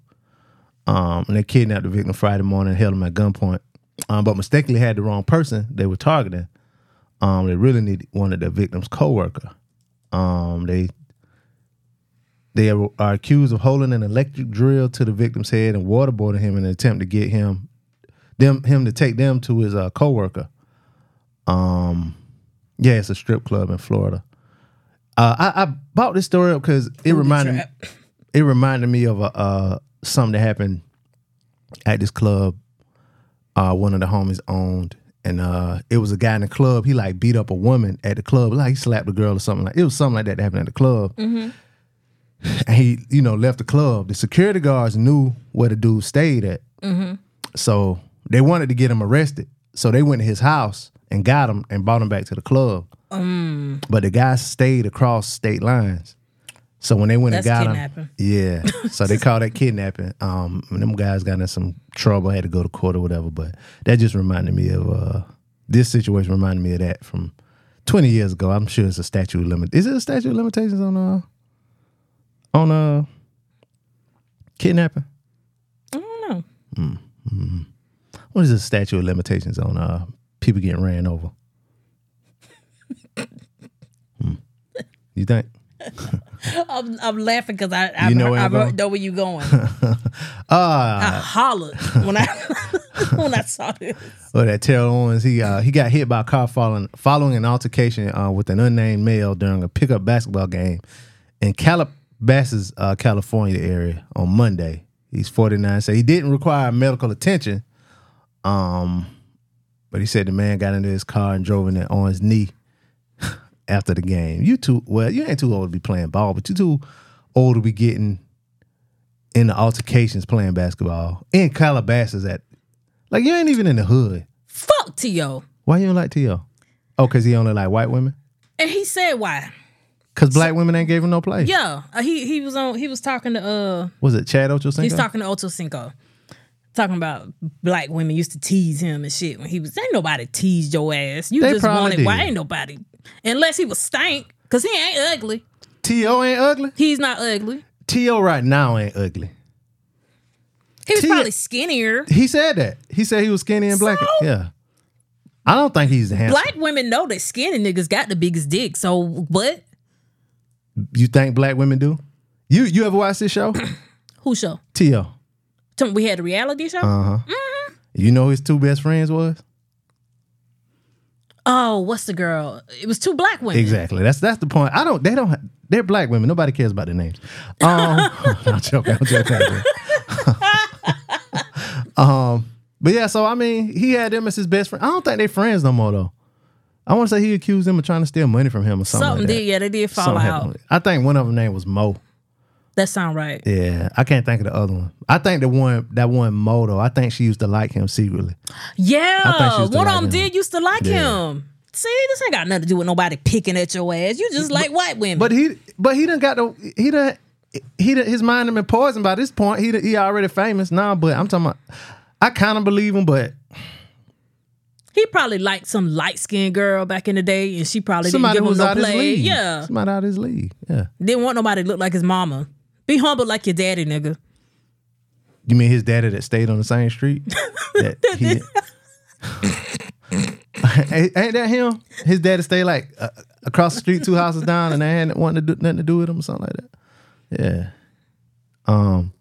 Speaker 4: Um, and they kidnapped the victim Friday morning and held him at gunpoint. Um, but mistakenly had the wrong person they were targeting. Um, they really needed one of the victim's coworker. Um, they they are accused of holding an electric drill to the victim's head and waterboarding him in an attempt to get him them him to take them to his uh, coworker. Um, yeah, it's a strip club in Florida. Uh, I, I bought this story up because it reminded
Speaker 5: trap.
Speaker 4: it reminded me of a uh, something that happened at this club. Uh, one of the homies owned, and uh, it was a guy in the club. He like beat up a woman at the club, like he slapped a girl or something. Like it was something like that that happened at the club. And he, you know, left the club. The security guards knew where the dude stayed at. So they wanted to get him arrested. So they went to his house and got him and brought him back to the club.
Speaker 5: Mm.
Speaker 4: But the guy stayed across state lines. So when they went
Speaker 5: That's
Speaker 4: and got him,
Speaker 5: kidnapping.
Speaker 4: yeah. So they called that kidnapping. Um, and them guys got in some trouble, had to go to court or whatever. But that just reminded me of uh, this situation. Reminded me of that from twenty years ago. I'm sure it's a statute of limit. Is it a statute of limitations on uh on uh kidnapping?
Speaker 5: I don't know.
Speaker 4: What is the statute of limitations on uh people getting ran over? Hmm. You think?
Speaker 5: I'm, I'm laughing because I, I,
Speaker 4: You know where
Speaker 5: I,
Speaker 4: I'm going?
Speaker 5: know where you're going. I hollered when I when I saw this.
Speaker 4: Oh, that Terrell Owens, he uh, he got hit by a car following following an altercation uh, with an unnamed male during a pickup basketball game in Calabasas, uh, California area on Monday. He's 49, so he didn't require medical attention. Um, but he said the man got into his car and drove in on his knee after the game. You too well, you ain't too old to be playing ball, but you too old to be getting in the altercations playing basketball in Calabasas at like you ain't even in the hood.
Speaker 5: Fuck T.O.
Speaker 4: Why you don't like T.O.? Oh, cause he only like white women?
Speaker 5: And he said why.
Speaker 4: Cause black women ain't gave him no play.
Speaker 5: Yeah, uh, he he was on. He was talking to uh.
Speaker 4: Was it Chad Ochocinco?
Speaker 5: He's talking to Otto Cinco, talking about black women used to tease him and shit when he was. Ain't nobody teased your ass. You
Speaker 4: They
Speaker 5: just
Speaker 4: probably
Speaker 5: wanted. Why
Speaker 4: did.
Speaker 5: ain't nobody? Unless he was stank, cause he ain't ugly.
Speaker 4: T.O. ain't ugly.
Speaker 5: He's not ugly.
Speaker 4: T.O. right now ain't ugly.
Speaker 5: He was
Speaker 4: T-
Speaker 5: probably skinnier.
Speaker 4: He said that. He said he was skinny and black.
Speaker 5: So?
Speaker 4: Yeah. I don't think he's handsome.
Speaker 5: Black women know that skinny niggas got the biggest dick. So what?
Speaker 4: You think black women do? You you ever watch this show?
Speaker 5: Who show?
Speaker 4: T.O.
Speaker 5: Tell me We had a reality show.
Speaker 4: Uh, You know who his two best friends was?
Speaker 5: oh, what's the girl? It was two black women.
Speaker 4: Exactly. That's that's the point. I don't. They don't. They're black women. Nobody cares about their names. Um, I'm joking. I'm joking. I'm joking. um, but yeah. So I mean, he had them as his best friend. I don't think they friends no more though. I want to say he accused them of trying to steal money from him or something.
Speaker 5: Something
Speaker 4: like that.
Speaker 5: did. Yeah, they did fall
Speaker 4: Something
Speaker 5: out.
Speaker 4: happened. I think one of them name was Mo.
Speaker 5: That sound right.
Speaker 4: Yeah, I can't think of the other one. I think the one that one Mo though. I think she used to like him secretly. I thought she
Speaker 5: Yeah,
Speaker 4: used to
Speaker 5: one
Speaker 4: like
Speaker 5: of them
Speaker 4: him.
Speaker 5: did used to like
Speaker 4: Yeah.
Speaker 5: him. See, this ain't got nothing to do with nobody picking at your ass. You just like white women.
Speaker 4: But he, but he done got the he done he done, his mind done been poisoned by this point. He done, he already famous now. Nah, but I'm talking about, I kind of believe him, but
Speaker 5: he probably liked some light skinned girl back in the day, and she probably
Speaker 4: somebody
Speaker 5: didn't
Speaker 4: was
Speaker 5: give him
Speaker 4: out
Speaker 5: no
Speaker 4: his
Speaker 5: play.
Speaker 4: league.
Speaker 5: Yeah,
Speaker 4: somebody out his league. Yeah,
Speaker 5: didn't want nobody to look like his mama. Be humble like your daddy, nigga.
Speaker 4: you mean his daddy that stayed on the same street? that he, ain't ain't that him? His daddy stayed like uh, across the street, two houses down, and they had wanting to do nothing to do with him or something like that. Yeah. Um.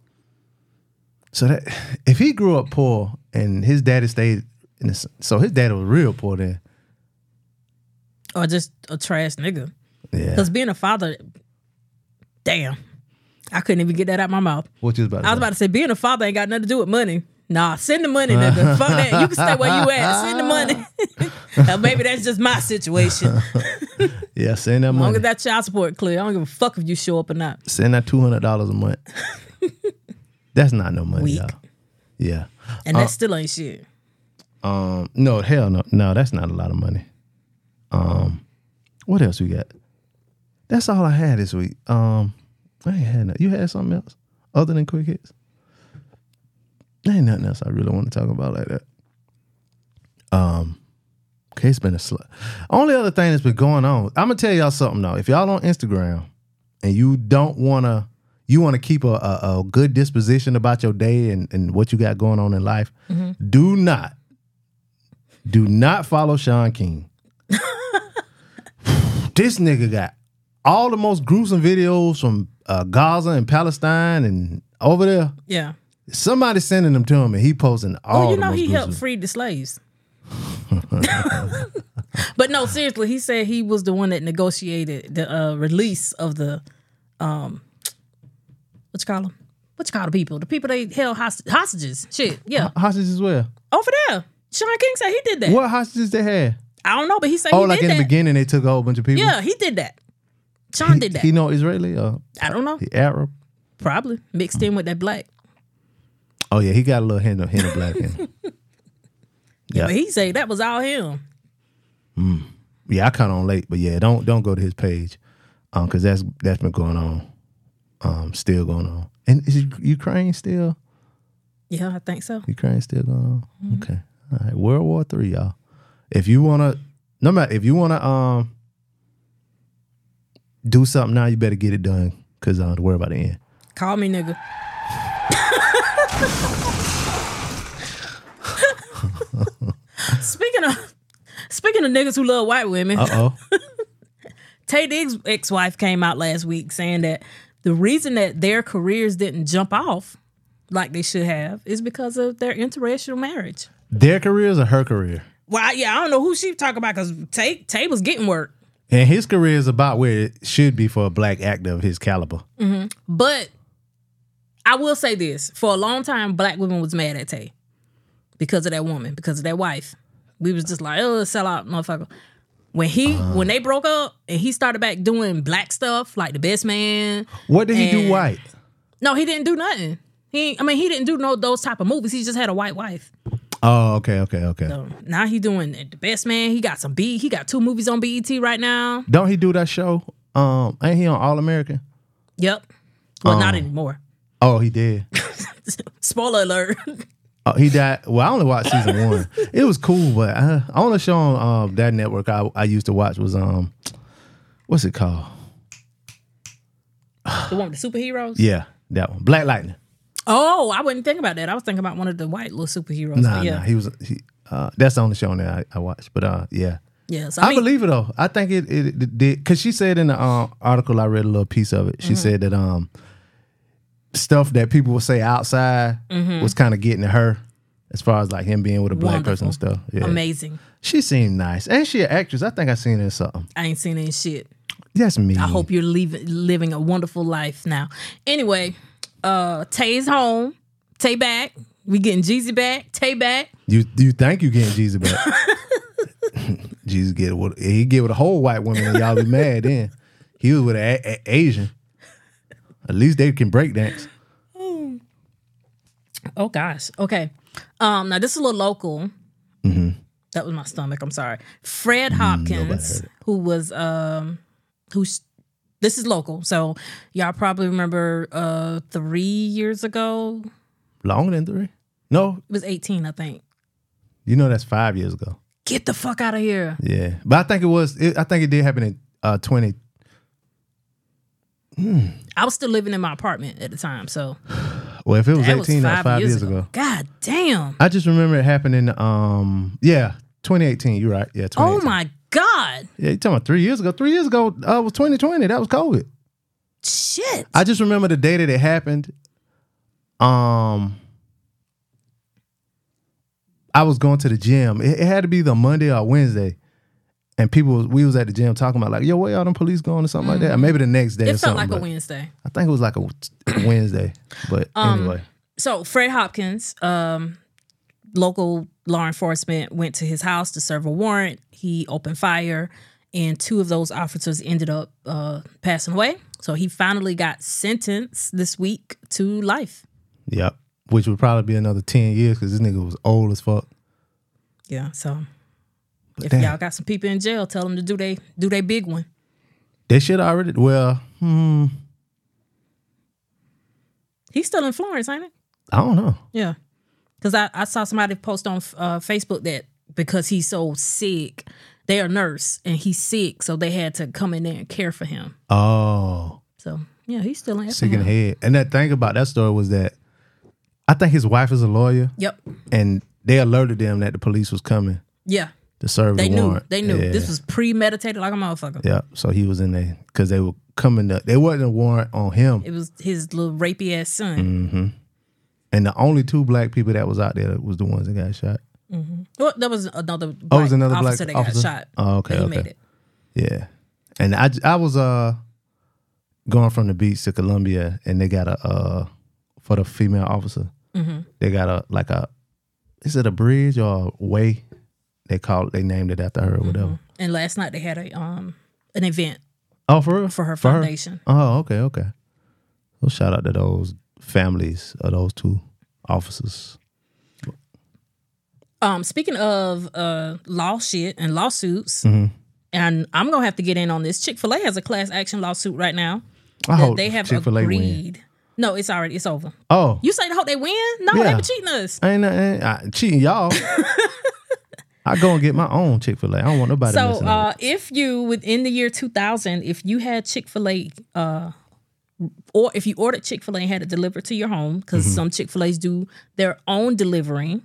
Speaker 4: So that if he grew up poor and his daddy stayed, in the, s- so his daddy was real poor then.
Speaker 5: Or just a trash nigga.
Speaker 4: Yeah.
Speaker 5: Because being a father, damn, I couldn't even get that out my mouth.
Speaker 4: What you was about? To
Speaker 5: I was
Speaker 4: say?
Speaker 5: about to say being a father ain't got nothing to do with money. Nah, send the money, nigga. Fuck that. You can stay where you at. Send the money. now, maybe that's just my situation.
Speaker 4: yeah, send that
Speaker 5: As long
Speaker 4: money.
Speaker 5: as that child support clear, I don't give a fuck if you show up or not.
Speaker 4: send that two hundred dollars a month. That's not no money,
Speaker 5: Weak.
Speaker 4: y'all. Yeah.
Speaker 5: And
Speaker 4: Uh,
Speaker 5: that still ain't shit.
Speaker 4: Um, no, hell no, no, that's not a lot of money. Um, what else we got? That's all I had this week. Um, I ain't had no. You had something else other than quick hits? There ain't nothing else I really want to talk about like that. Um, okay, it's been a slut. Only other thing that's been going on. I'm gonna tell y'all something though. If y'all on Instagram and you don't wanna, you wanna keep a, a, a good disposition about your day and, and what you got going on in life, do not do not follow Sean King. this nigga got all the most gruesome videos from uh, Gaza and Palestine and over there.
Speaker 5: Yeah.
Speaker 4: Somebody sending them to him, and he posting all.
Speaker 5: Well, Oh, you
Speaker 4: the
Speaker 5: know
Speaker 4: most
Speaker 5: he
Speaker 4: gruesome.
Speaker 5: helped free the slaves. but no, seriously, he said he was the one that negotiated the uh, release of the um, what you call them? What you call the people? The people they held host- hostages. Shit, yeah,
Speaker 4: hostages as well.
Speaker 5: over there. Sean King said he did that.
Speaker 4: Uh-huh. What hostages they had?
Speaker 5: I don't know, but he said
Speaker 4: Oh,
Speaker 5: he
Speaker 4: like in
Speaker 5: did
Speaker 4: the
Speaker 5: that.
Speaker 4: beginning, they took a whole bunch of people.
Speaker 5: yeah, he did that. Sean did that.
Speaker 4: He know Israeli or
Speaker 5: I don't know.
Speaker 4: he Arab.
Speaker 5: Probably mixed in with that black.
Speaker 4: Oh yeah, he got a little hint of hint of black in. him. Yeah,
Speaker 5: But he said that was all him.
Speaker 4: yeah, I caught on late, but yeah, don't don't go to his page, um, because that's that's been going on, um, still going on, and is Ukraine still
Speaker 5: Yeah, I think so.
Speaker 4: Ukraine still going on? Okay, all right, World War Three, y'all. If you wanna, no matter if you wanna um do something now, you better get it done, cause I don't worry about the end.
Speaker 5: Call me nigga. speaking of speaking of niggas who love white women,
Speaker 4: Uh oh,
Speaker 5: Tay Diggs' ex-wife came out last week saying that the reason that their careers didn't jump off like they should have is because of their interracial marriage.
Speaker 4: Their careers or her career?
Speaker 5: Well, I- yeah, I don't know who she talking about because Tay Tay was getting work,
Speaker 4: And his career is about where it should be for a black actor of his caliber.
Speaker 5: but I will say this: for a long time, black women was mad at Tay because of that woman, because of that wife. We was just like, oh, sell out, motherfucker. When he when they broke up and he started back doing black stuff like the best man,
Speaker 4: What did he do
Speaker 5: And-
Speaker 4: white?
Speaker 5: No, he didn't do nothing. He, I mean, he didn't do no those type of movies. He just had a white wife.
Speaker 4: Oh, okay, okay, okay.
Speaker 5: So now he doing the best man. He got some B. He got two movies on BET right now.
Speaker 4: Don't he do that show? Um, ain't he on All American?
Speaker 5: Yep. Well, not anymore.
Speaker 4: Oh, he did.
Speaker 5: Spoiler alert.
Speaker 4: Oh, he died. Well, I only watched season one. It was cool, but uh, only show on um, that network I, I used to watch was um, what's it called?
Speaker 5: the one with the superheroes.
Speaker 4: Yeah, that one, Black Lightning.
Speaker 5: Oh, I wasn't thinking about that. I was thinking about one of the white little superheroes.
Speaker 4: Nah,
Speaker 5: yeah.
Speaker 4: nah, he was. He, uh, that's the only show on there I, I watched. But uh, yeah,
Speaker 5: yeah. So,
Speaker 4: I,
Speaker 5: I, mean,
Speaker 4: believe it though. I think it it, it did because she said in the uh, article I read a little piece of it.
Speaker 5: Mm-hmm.
Speaker 4: She said that um, stuff that people would say outside
Speaker 5: Mm-hmm.
Speaker 4: was kind of getting to her. As far as like him being with a black person and stuff, yeah,
Speaker 5: amazing.
Speaker 4: she seemed nice, and she an actress. I think I seen her in something.
Speaker 5: I ain't seen any shit.
Speaker 4: That's me.
Speaker 5: I hope you're leaving, living a wonderful life now. Anyway, uh, Tay's home. Tay back. We getting Jeezy back. Tay back.
Speaker 4: You you think you getting Jesus back? Jesus get it with he get with a whole white woman and y'all be mad then. He was with an a- a- Asian. At least they can break dance.
Speaker 5: Oh gosh. Okay. Um. Now this is a little local.
Speaker 4: Mm-hmm.
Speaker 5: That was my stomach. I'm
Speaker 4: Mm,
Speaker 5: sorry. Fred Hopkins, who was um, who's this is local. So y'all probably remember uh three years ago.
Speaker 4: Longer than three? No,
Speaker 5: It was 18, I think.
Speaker 4: you know that's five years ago.
Speaker 5: Get the fuck out of here.
Speaker 4: Yeah, but I think it was. It, I think it did happen in uh, twenty.
Speaker 5: I was still living in my apartment at the time. So
Speaker 4: Well, if it was
Speaker 5: that was
Speaker 4: eighteen, that's
Speaker 5: five,
Speaker 4: five years, ago.
Speaker 5: God damn.
Speaker 4: I just remember it happening. Um, yeah, twenty eighteen. You're right. Yeah, 2018.
Speaker 5: Oh my God.
Speaker 4: Yeah, you talking about three years ago? Three years ago uh, was twenty twenty. That was COVID.
Speaker 5: Shit.
Speaker 4: I just remember the day that it happened. Um, I was going to the gym. It, it had to be the Monday or Wednesday, and people was, we was at the gym talking about like, yo, where y'all them police going or something like that, or maybe the next day. or
Speaker 5: Mm. it felt
Speaker 4: something,
Speaker 5: like a
Speaker 4: but
Speaker 5: Wednesday.
Speaker 4: I think it was like a Wednesday, but
Speaker 5: Um,
Speaker 4: anyway,
Speaker 5: so Fred Hopkins, um, local law enforcement went to his house to serve a warrant. He opened fire, and two of those officers ended up uh, passing away. So he finally got sentenced this week to life.
Speaker 4: yep. Which would probably be another ten years because this nigga was old as fuck.
Speaker 5: Yeah. So if
Speaker 4: damn.
Speaker 5: y'all got some people in jail, tell them to do they do they big one.
Speaker 4: They should already. Well, hmm,
Speaker 5: He's still in Florence, ain't it?
Speaker 4: I don't know.
Speaker 5: Yeah. Because I, I saw somebody post on uh, Facebook that because he's so sick, they're a nurse and he's sick, so they had to come in there and care for him.
Speaker 4: Oh,
Speaker 5: So yeah, he's still in.
Speaker 4: sick in the
Speaker 5: Effingham.
Speaker 4: head. And that thing about that story was that I think his wife is a lawyer.
Speaker 5: Yep.
Speaker 4: and they alerted them that the police was coming
Speaker 5: Yeah.
Speaker 4: to serve
Speaker 5: They
Speaker 4: the
Speaker 5: knew.
Speaker 4: warrant.
Speaker 5: They knew.
Speaker 4: Yeah.
Speaker 5: This was premeditated like a motherfucker.
Speaker 4: yeah. So he was in there because they were coming. To, they wasn't a warrant on him,
Speaker 5: It was his little rapey ass
Speaker 4: Mm.
Speaker 5: son.
Speaker 4: and the only two black people that was out there was the ones that got shot.
Speaker 5: Well, there was another black
Speaker 4: Oh, it was another black
Speaker 5: officer that
Speaker 4: officer?
Speaker 5: got shot.
Speaker 4: Oh, okay,
Speaker 5: but he
Speaker 4: okay.
Speaker 5: made it.
Speaker 4: Yeah, and I I was uh going from the beach to Columbia, and they got a uh for the female officer.
Speaker 5: Mm-hmm.
Speaker 4: They got a like a is it a bridge or a way? They called they named it after
Speaker 5: Mm-hmm.
Speaker 4: her or whatever.
Speaker 5: And last night they had a um an event
Speaker 4: Oh, for real?
Speaker 5: for her foundation.
Speaker 4: Oh, okay, okay. Well, shout out to those families of those two officers.
Speaker 5: Um, speaking of uh law shit and lawsuits,
Speaker 4: Mm-hmm.
Speaker 5: and I'm gonna have to get in on this. Chick Fil A has a class action lawsuit right now.
Speaker 4: I
Speaker 5: that
Speaker 4: hope
Speaker 5: they have
Speaker 4: Oh, Chick-fil-A win.
Speaker 5: agreed. No, it's already it's over.
Speaker 4: Oh,
Speaker 5: You say they hope they win? No, they
Speaker 4: Yeah.
Speaker 5: were cheating us.
Speaker 4: ain't, no- ain't I, cheating y'all. I go and get my own Chick Fil A. I don't want nobody.
Speaker 5: So,
Speaker 4: messing up.
Speaker 5: uh, if you within the year 2000, if you had Chick Fil A, uh, or if you ordered Chick Fil A and had it delivered to your home, because some Chick Fil A's do their own delivering,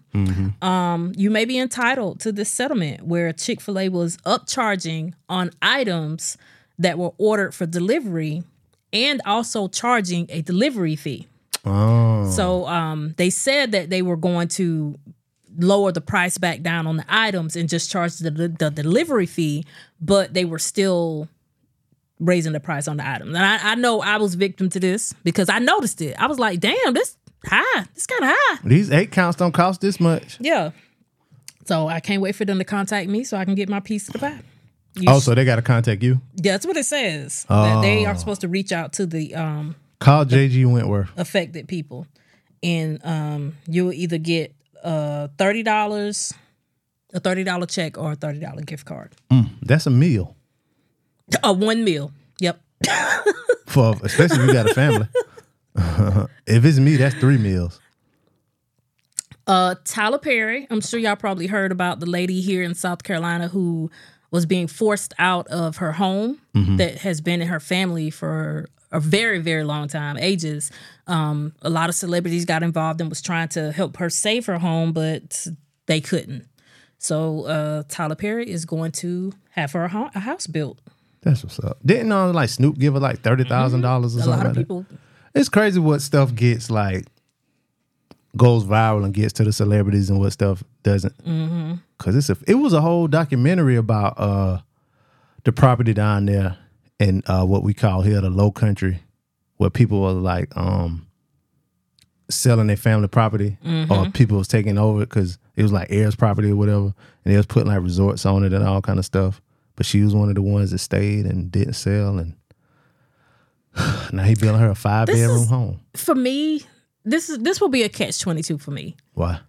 Speaker 5: um, you may be entitled to this settlement where Chick Fil A was upcharging on items that were ordered for delivery and also charging a delivery fee.
Speaker 4: Oh,
Speaker 5: So um, they said that they were going to lower the price back down on the items and just charge the, the delivery fee, but they were still raising the price on the items. And I, I know I was victim to this because I noticed it. I was like, damn, this high. This kind of high.
Speaker 4: these eight counts don't cost this much.
Speaker 5: Yeah. So I can't wait for them to contact me so I can get my piece of the pie. You
Speaker 4: Oh, so they got to contact you.
Speaker 5: That's what it says. That they are supposed to reach out to the um,
Speaker 4: Call JG Wentworth.
Speaker 5: affected people, and um, you'll either get uh, thirty dollars, a thirty dollar check, or a thirty dollar gift card.
Speaker 4: That's a meal
Speaker 5: A one meal. Yep.
Speaker 4: for especially if you got a family. if it's me, that's three meals.
Speaker 5: Uh, Tyler Perry. I'm sure y'all probably heard about the lady here in South Carolina who was being forced out of her home that has been in her family for a very very long time ages um, a lot of celebrities got involved and was trying to help her save her home but they couldn't so uh, tyler perry is going to have her a, ho- a house built
Speaker 4: That's what's up. Didn't uh, like Snoop give her like thirty thousand dollars or
Speaker 5: a
Speaker 4: something?
Speaker 5: lot
Speaker 4: like
Speaker 5: of
Speaker 4: that?
Speaker 5: people
Speaker 4: It's crazy what stuff gets like goes viral and gets to the celebrities and what stuff doesn't. Mm-hmm. Cause it's a it was a whole documentary about uh the property down there and uh what we call here the low country, where people were like um selling their family property or people was taking over because it was like heirs property or whatever, and they was putting like resorts on it and all kind of stuff. But she was one of the ones that stayed and didn't sell and. Now he building her a five bedroom
Speaker 5: is-
Speaker 4: home.
Speaker 5: for me this is this will be a catch 22 for me
Speaker 4: Why?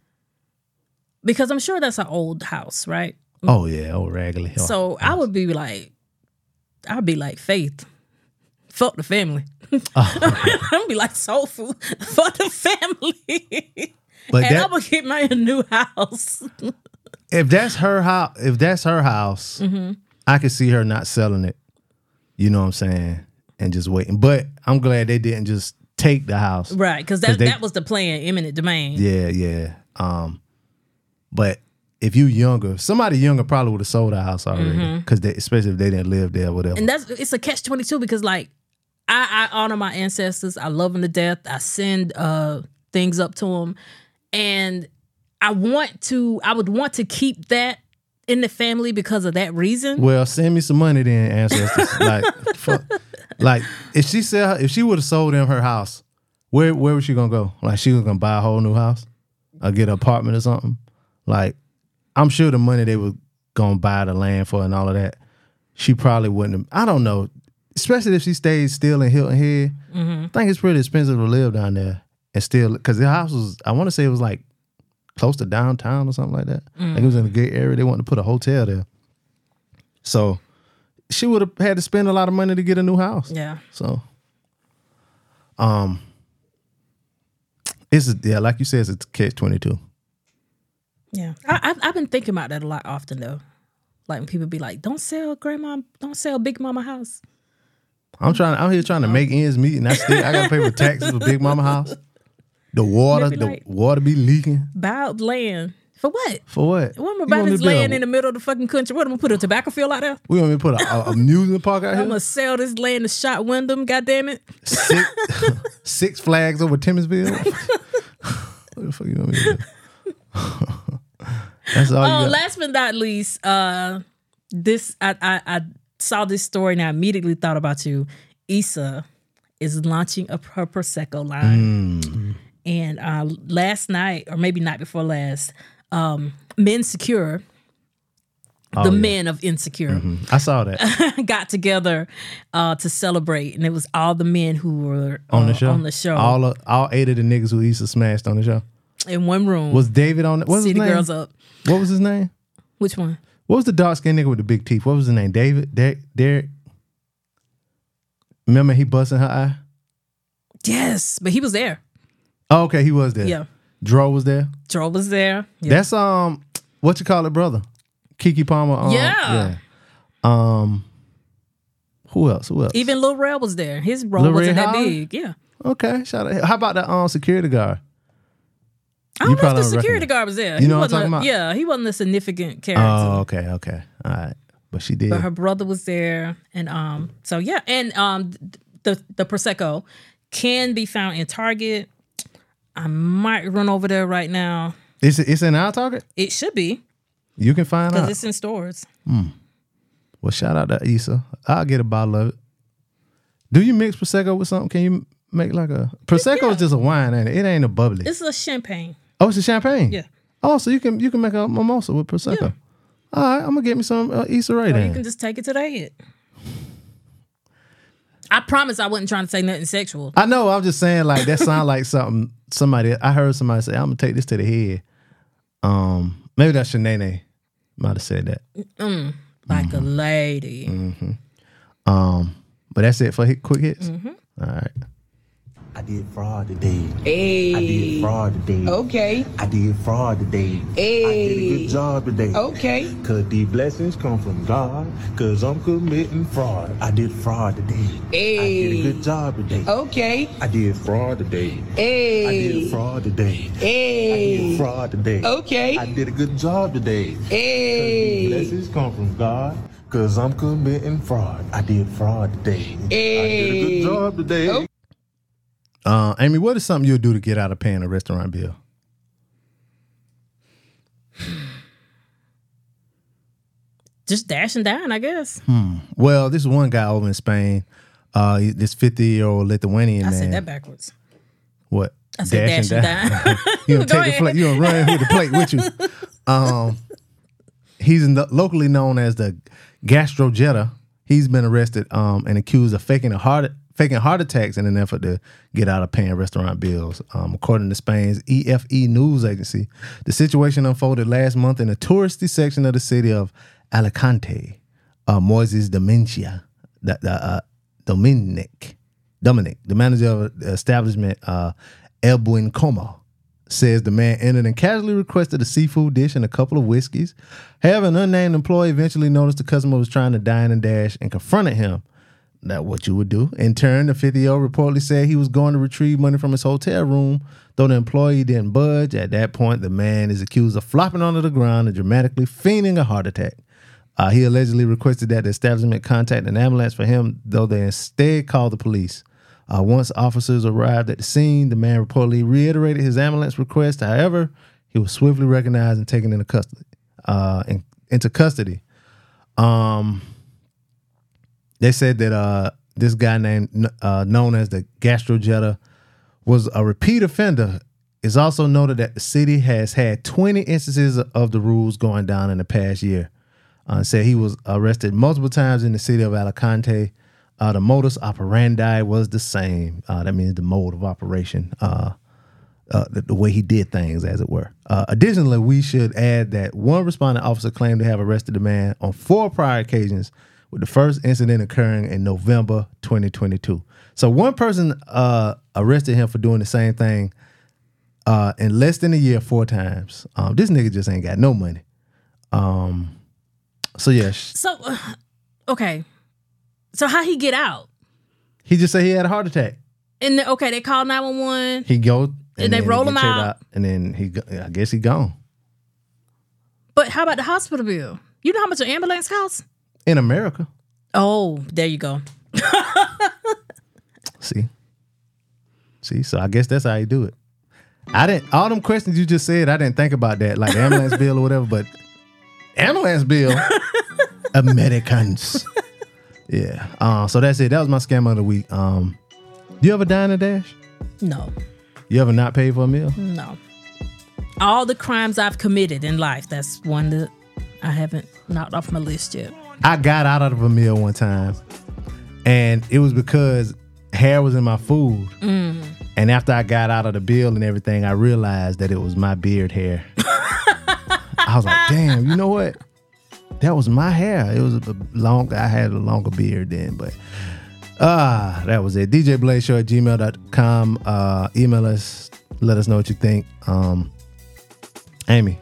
Speaker 5: because i'm sure that's an old house right
Speaker 4: Oh yeah, old Raggedy Hill.
Speaker 5: Mm. So I would be like, I'd be like Faith, fuck the family.
Speaker 4: Oh,
Speaker 5: I'd be like Soul Food, fuck the family,
Speaker 4: but
Speaker 5: and
Speaker 4: that,
Speaker 5: I'm gonna get my new house.
Speaker 4: if that's her house, if that's her house,
Speaker 5: Mm-hmm.
Speaker 4: I could see her not selling it. You know what I'm saying? And just waiting. But I'm glad they didn't just take the house.
Speaker 5: Right, because that
Speaker 4: 'Cause they-
Speaker 5: that was the plan, imminent domain.
Speaker 4: Yeah, yeah. Um, but if you younger, somebody younger probably would have sold the house already. Because especially if they didn't live there, whatever.
Speaker 5: Mm-hmm. And that's it's a catch twenty two because like I, I honor my ancestors, I love them to death, I send uh things up to them, and I want to I would want to keep that in the family because of that reason.
Speaker 4: well, send me some money then, ancestors. like, fuck. like if she sell, if she would have sold them her house, where where was she gonna go? Like she was gonna buy a whole new house, or get an apartment or something. Like I'm sure the money they were gonna buy the land for and all of that, she probably wouldn't. Have, I don't know, especially if she stayed still in Hilton Head. I think it's pretty expensive to live down there and still because the house was. I want to say it was like close to downtown or something like that. Like it was in a good area. They wanted to put a hotel there, so she would have had to spend a lot of money to get a new house.
Speaker 5: Yeah.
Speaker 4: So, um, it's a, yeah, like you said, it's a catch twenty two.
Speaker 5: Yeah, I, I've I've been thinking about that a lot often though. Like when people be like, "Don't sell grandma, don't sell Big Mama house."
Speaker 4: I'm trying. I'm here trying to make ends meet, and I still I gotta pay for taxes for Big Mama house. The water,
Speaker 5: Maybe
Speaker 4: the
Speaker 5: like-
Speaker 4: water be leaking
Speaker 5: Buy up land for what?
Speaker 4: for what?
Speaker 5: What am
Speaker 4: You
Speaker 5: I
Speaker 4: want
Speaker 5: buying
Speaker 4: me
Speaker 5: this
Speaker 4: to build
Speaker 5: land
Speaker 4: a-
Speaker 5: in the middle of the fucking country? What am I put a tobacco field out there?
Speaker 4: We want me to put a, a amusement park out
Speaker 5: I'm
Speaker 4: here?
Speaker 5: gonna sell this land to Shot Wyndham. God damn it!
Speaker 4: Six, six flags over Timminsville. what the fuck you want me to do? That's all
Speaker 5: Oh,
Speaker 4: you got.
Speaker 5: last but not least, uh, this I, I I saw this story and I immediately thought about you. Issa is launching a, her prosecco line,
Speaker 4: Mm.
Speaker 5: and uh, last night or maybe night before last, um, Men Secure,
Speaker 4: Oh,
Speaker 5: the men of Insecure,
Speaker 4: Mm-hmm. I saw that.
Speaker 5: got together uh, to celebrate, and it was all the men who were
Speaker 4: On the
Speaker 5: uh,
Speaker 4: show.
Speaker 5: on the show
Speaker 4: All of, all eight of the niggas who Issa smashed on the show.
Speaker 5: in one room.
Speaker 4: Was David on? What was
Speaker 5: City
Speaker 4: his name?
Speaker 5: girls up.
Speaker 4: What was his name?
Speaker 5: Which one?
Speaker 4: What was the dark skinned nigga with the big teeth? What was his name? David? Derek? Derek? Remember he busting her eye?
Speaker 5: Yes, but he was there.
Speaker 4: Oh, okay, he was there.
Speaker 5: Yeah.
Speaker 4: Dro was there.
Speaker 5: Joel was there. Yeah.
Speaker 4: That's um what you call it, brother? Kiki Palmer. Um,
Speaker 5: Yeah.
Speaker 4: yeah. Um who else? Who else?
Speaker 5: Even Lil Rel was there. His role
Speaker 4: Lil
Speaker 5: wasn't
Speaker 4: Rel
Speaker 5: that
Speaker 4: Howard?
Speaker 5: big. Yeah.
Speaker 4: Okay, shout out. How about the um security guard?
Speaker 5: I
Speaker 4: You
Speaker 5: don't know if
Speaker 4: probably
Speaker 5: the
Speaker 4: don't
Speaker 5: security
Speaker 4: recognize-
Speaker 5: guard was there.
Speaker 4: You know what I'm talking
Speaker 5: wasn't a-
Speaker 4: about?
Speaker 5: Yeah, he wasn't a significant character.
Speaker 4: Oh, okay, okay. All right. but she did.
Speaker 5: but her brother was there and um so yeah and um th- the the prosecco can be found in target i might run over there right now
Speaker 4: it's it's in our target.
Speaker 5: it should be
Speaker 4: You can find
Speaker 5: because
Speaker 4: out.
Speaker 5: it's in stores
Speaker 4: Well, shout out to Issa. I'll get a bottle of it. Do you mix prosecco with something? Can you make like a prosecco is just a wine, ain't it? It ain't a bubbly.
Speaker 5: it's a champagne
Speaker 4: oh, it's a champagne.
Speaker 5: Yeah.
Speaker 4: Oh, so you can you can make a mimosa with prosecco. All right, I'm gonna get me some uh, Issa right
Speaker 5: Oh, you can
Speaker 4: then.
Speaker 5: just take it to the head i promise i wasn't trying to say nothing sexual
Speaker 4: I know. I'm just saying like that sounds like something somebody. I heard somebody say I'm gonna take this to the head. Um, maybe that's Shanae. Might have said that.
Speaker 5: like a
Speaker 4: Mm-hmm.
Speaker 5: lady
Speaker 4: Um, but that's it for hit, quick hits.
Speaker 5: Mm-hmm.
Speaker 4: All right.
Speaker 6: I did fraud today. Hey. I did fraud today. Okay. I did fraud today. Hey. I did a good job today. Okay. Cause these blessings come from God. Cause I'm committing fraud. I did fraud today. Hey. I did a good job today. Okay. I did fraud today. Hey. I did fraud today. Hey. I did fraud today. Okay. I did a good job today. Hey. Blessings come from God. Cause I'm committing fraud. I did fraud today. Hey. I did a good job today.
Speaker 4: Uh, Amy, what is something you'll do to get out of paying a restaurant bill?
Speaker 5: just dashing down i guess
Speaker 4: Well, this one guy over in Spain, uh, he- this fifty-year-old Lithuanian
Speaker 5: i
Speaker 4: man.
Speaker 5: said that backwards
Speaker 4: What?
Speaker 5: i said dashing, down
Speaker 4: you don't
Speaker 5: Go
Speaker 4: take the
Speaker 5: ahead.
Speaker 4: plate. You don't run with the plate with you. Um, he's in the, locally known as the gastrojetta. He's been arrested um, and accused of faking a heart faking heart attacks in an effort to get out of paying restaurant bills. Um, according to Spain's EFE news agency, the situation unfolded last month in a touristy section of the city of Alicante. Uh, Moises Demencia, the, the uh, Dominic, Dominic, the manager of the establishment, uh, Elwin Como, says the man entered and casually requested a seafood dish and a couple of whiskeys. However, an unnamed employee eventually noticed the customer was trying to dine and dash and confronted him. Not what you would do. In turn, the 50 year old reportedly said he was going to retrieve money from his hotel room, though the employee didn't budge. At that point, the man is accused of flopping onto the ground and dramatically feigning a heart attack. Uh, he allegedly requested that the establishment contact an ambulance for him, though they instead called the police. Uh, once officers arrived at the scene, the man reportedly reiterated his ambulance request. However, he was swiftly recognized and taken into custody. Uh, in, into custody. Um, they said that uh, this guy named uh, known as the Gastrojetta was a repeat offender. It's also noted that the city has had 20 instances of the rules going down in the past year. Uh, said he was arrested multiple times in the city of Alicante. Uh, the modus operandi was the same. Uh, that means the mode of operation, uh, uh, the, the way he did things, as it were. Uh, additionally, we should add that one responding officer claimed to have arrested the man on four prior occasions, with the first incident occurring in November 2022. So one person uh, arrested him for doing the same thing uh, in less than a year four times. Um, this nigga just ain't got no money. Um, so yeah, sh-
Speaker 5: so uh, okay so how he get out
Speaker 4: he just said he had a heart attack.
Speaker 5: and then- okay they call 911
Speaker 4: He go and,
Speaker 5: And they
Speaker 4: then he
Speaker 5: roll
Speaker 4: get
Speaker 5: him
Speaker 4: checked
Speaker 5: out.
Speaker 4: and then he. go- I guess he gone
Speaker 5: But how about the hospital bill? You know how much an ambulance costs?
Speaker 4: in America.
Speaker 5: Oh, there you go.
Speaker 4: See, see. So I guess that's how you do it. I didn't. All them questions you just said, I didn't think about that, like the ambulance bill or whatever. But ambulance bill, Americans. Yeah. Uh, so that's it. That was my scam of the week. Um, you ever dine and dash?
Speaker 5: No,
Speaker 4: You ever not pay for a meal?
Speaker 5: no. All the crimes I've committed in life, that's one that I haven't knocked off my list yet.
Speaker 4: I got out of a meal one time, and it was because hair was in my food.
Speaker 5: Mm.
Speaker 4: And after I got out of the bill and everything, I realized that it was my beard hair. I was like, damn, you know what? That was my hair. It was a long. I had a longer beard then, but ah, that was it. DJ Blaze Show at gmail.com. Uh, email us. Let us know what you think. Um, Amy,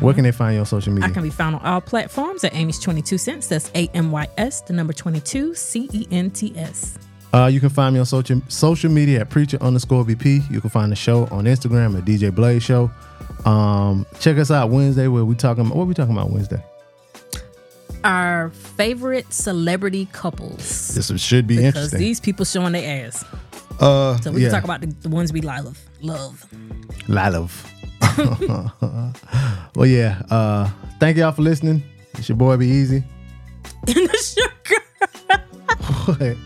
Speaker 4: where can they find you on social media?
Speaker 5: Mm-hmm. I can be found on all platforms at Amy's 22 Cents. That's A M Y S, the number 22, C E N T S.
Speaker 4: Uh, you can find me on social social media at preacher underscore VP. You can find the show on Instagram at DJ Blaze Show. Um, check us out Wednesday where we talking about what we talking about Wednesday.
Speaker 5: our favorite celebrity couples
Speaker 4: This one should be
Speaker 5: because
Speaker 4: interesting.
Speaker 5: these people showing their ass.
Speaker 4: uh,
Speaker 5: So we
Speaker 4: yeah.
Speaker 5: can talk about the, the ones we love. Love.
Speaker 4: Lalov. well, yeah. Uh, thank y'all for listening. It's your boy, Be Easy.
Speaker 5: And it's your girl.
Speaker 4: and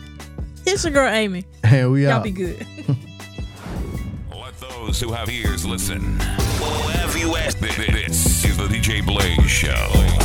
Speaker 5: It's your girl Amy.
Speaker 4: we
Speaker 5: Y'all
Speaker 4: out.
Speaker 5: be good.
Speaker 2: Let those who have ears listen. Well, have you asked? This is the DJ Blaze Show.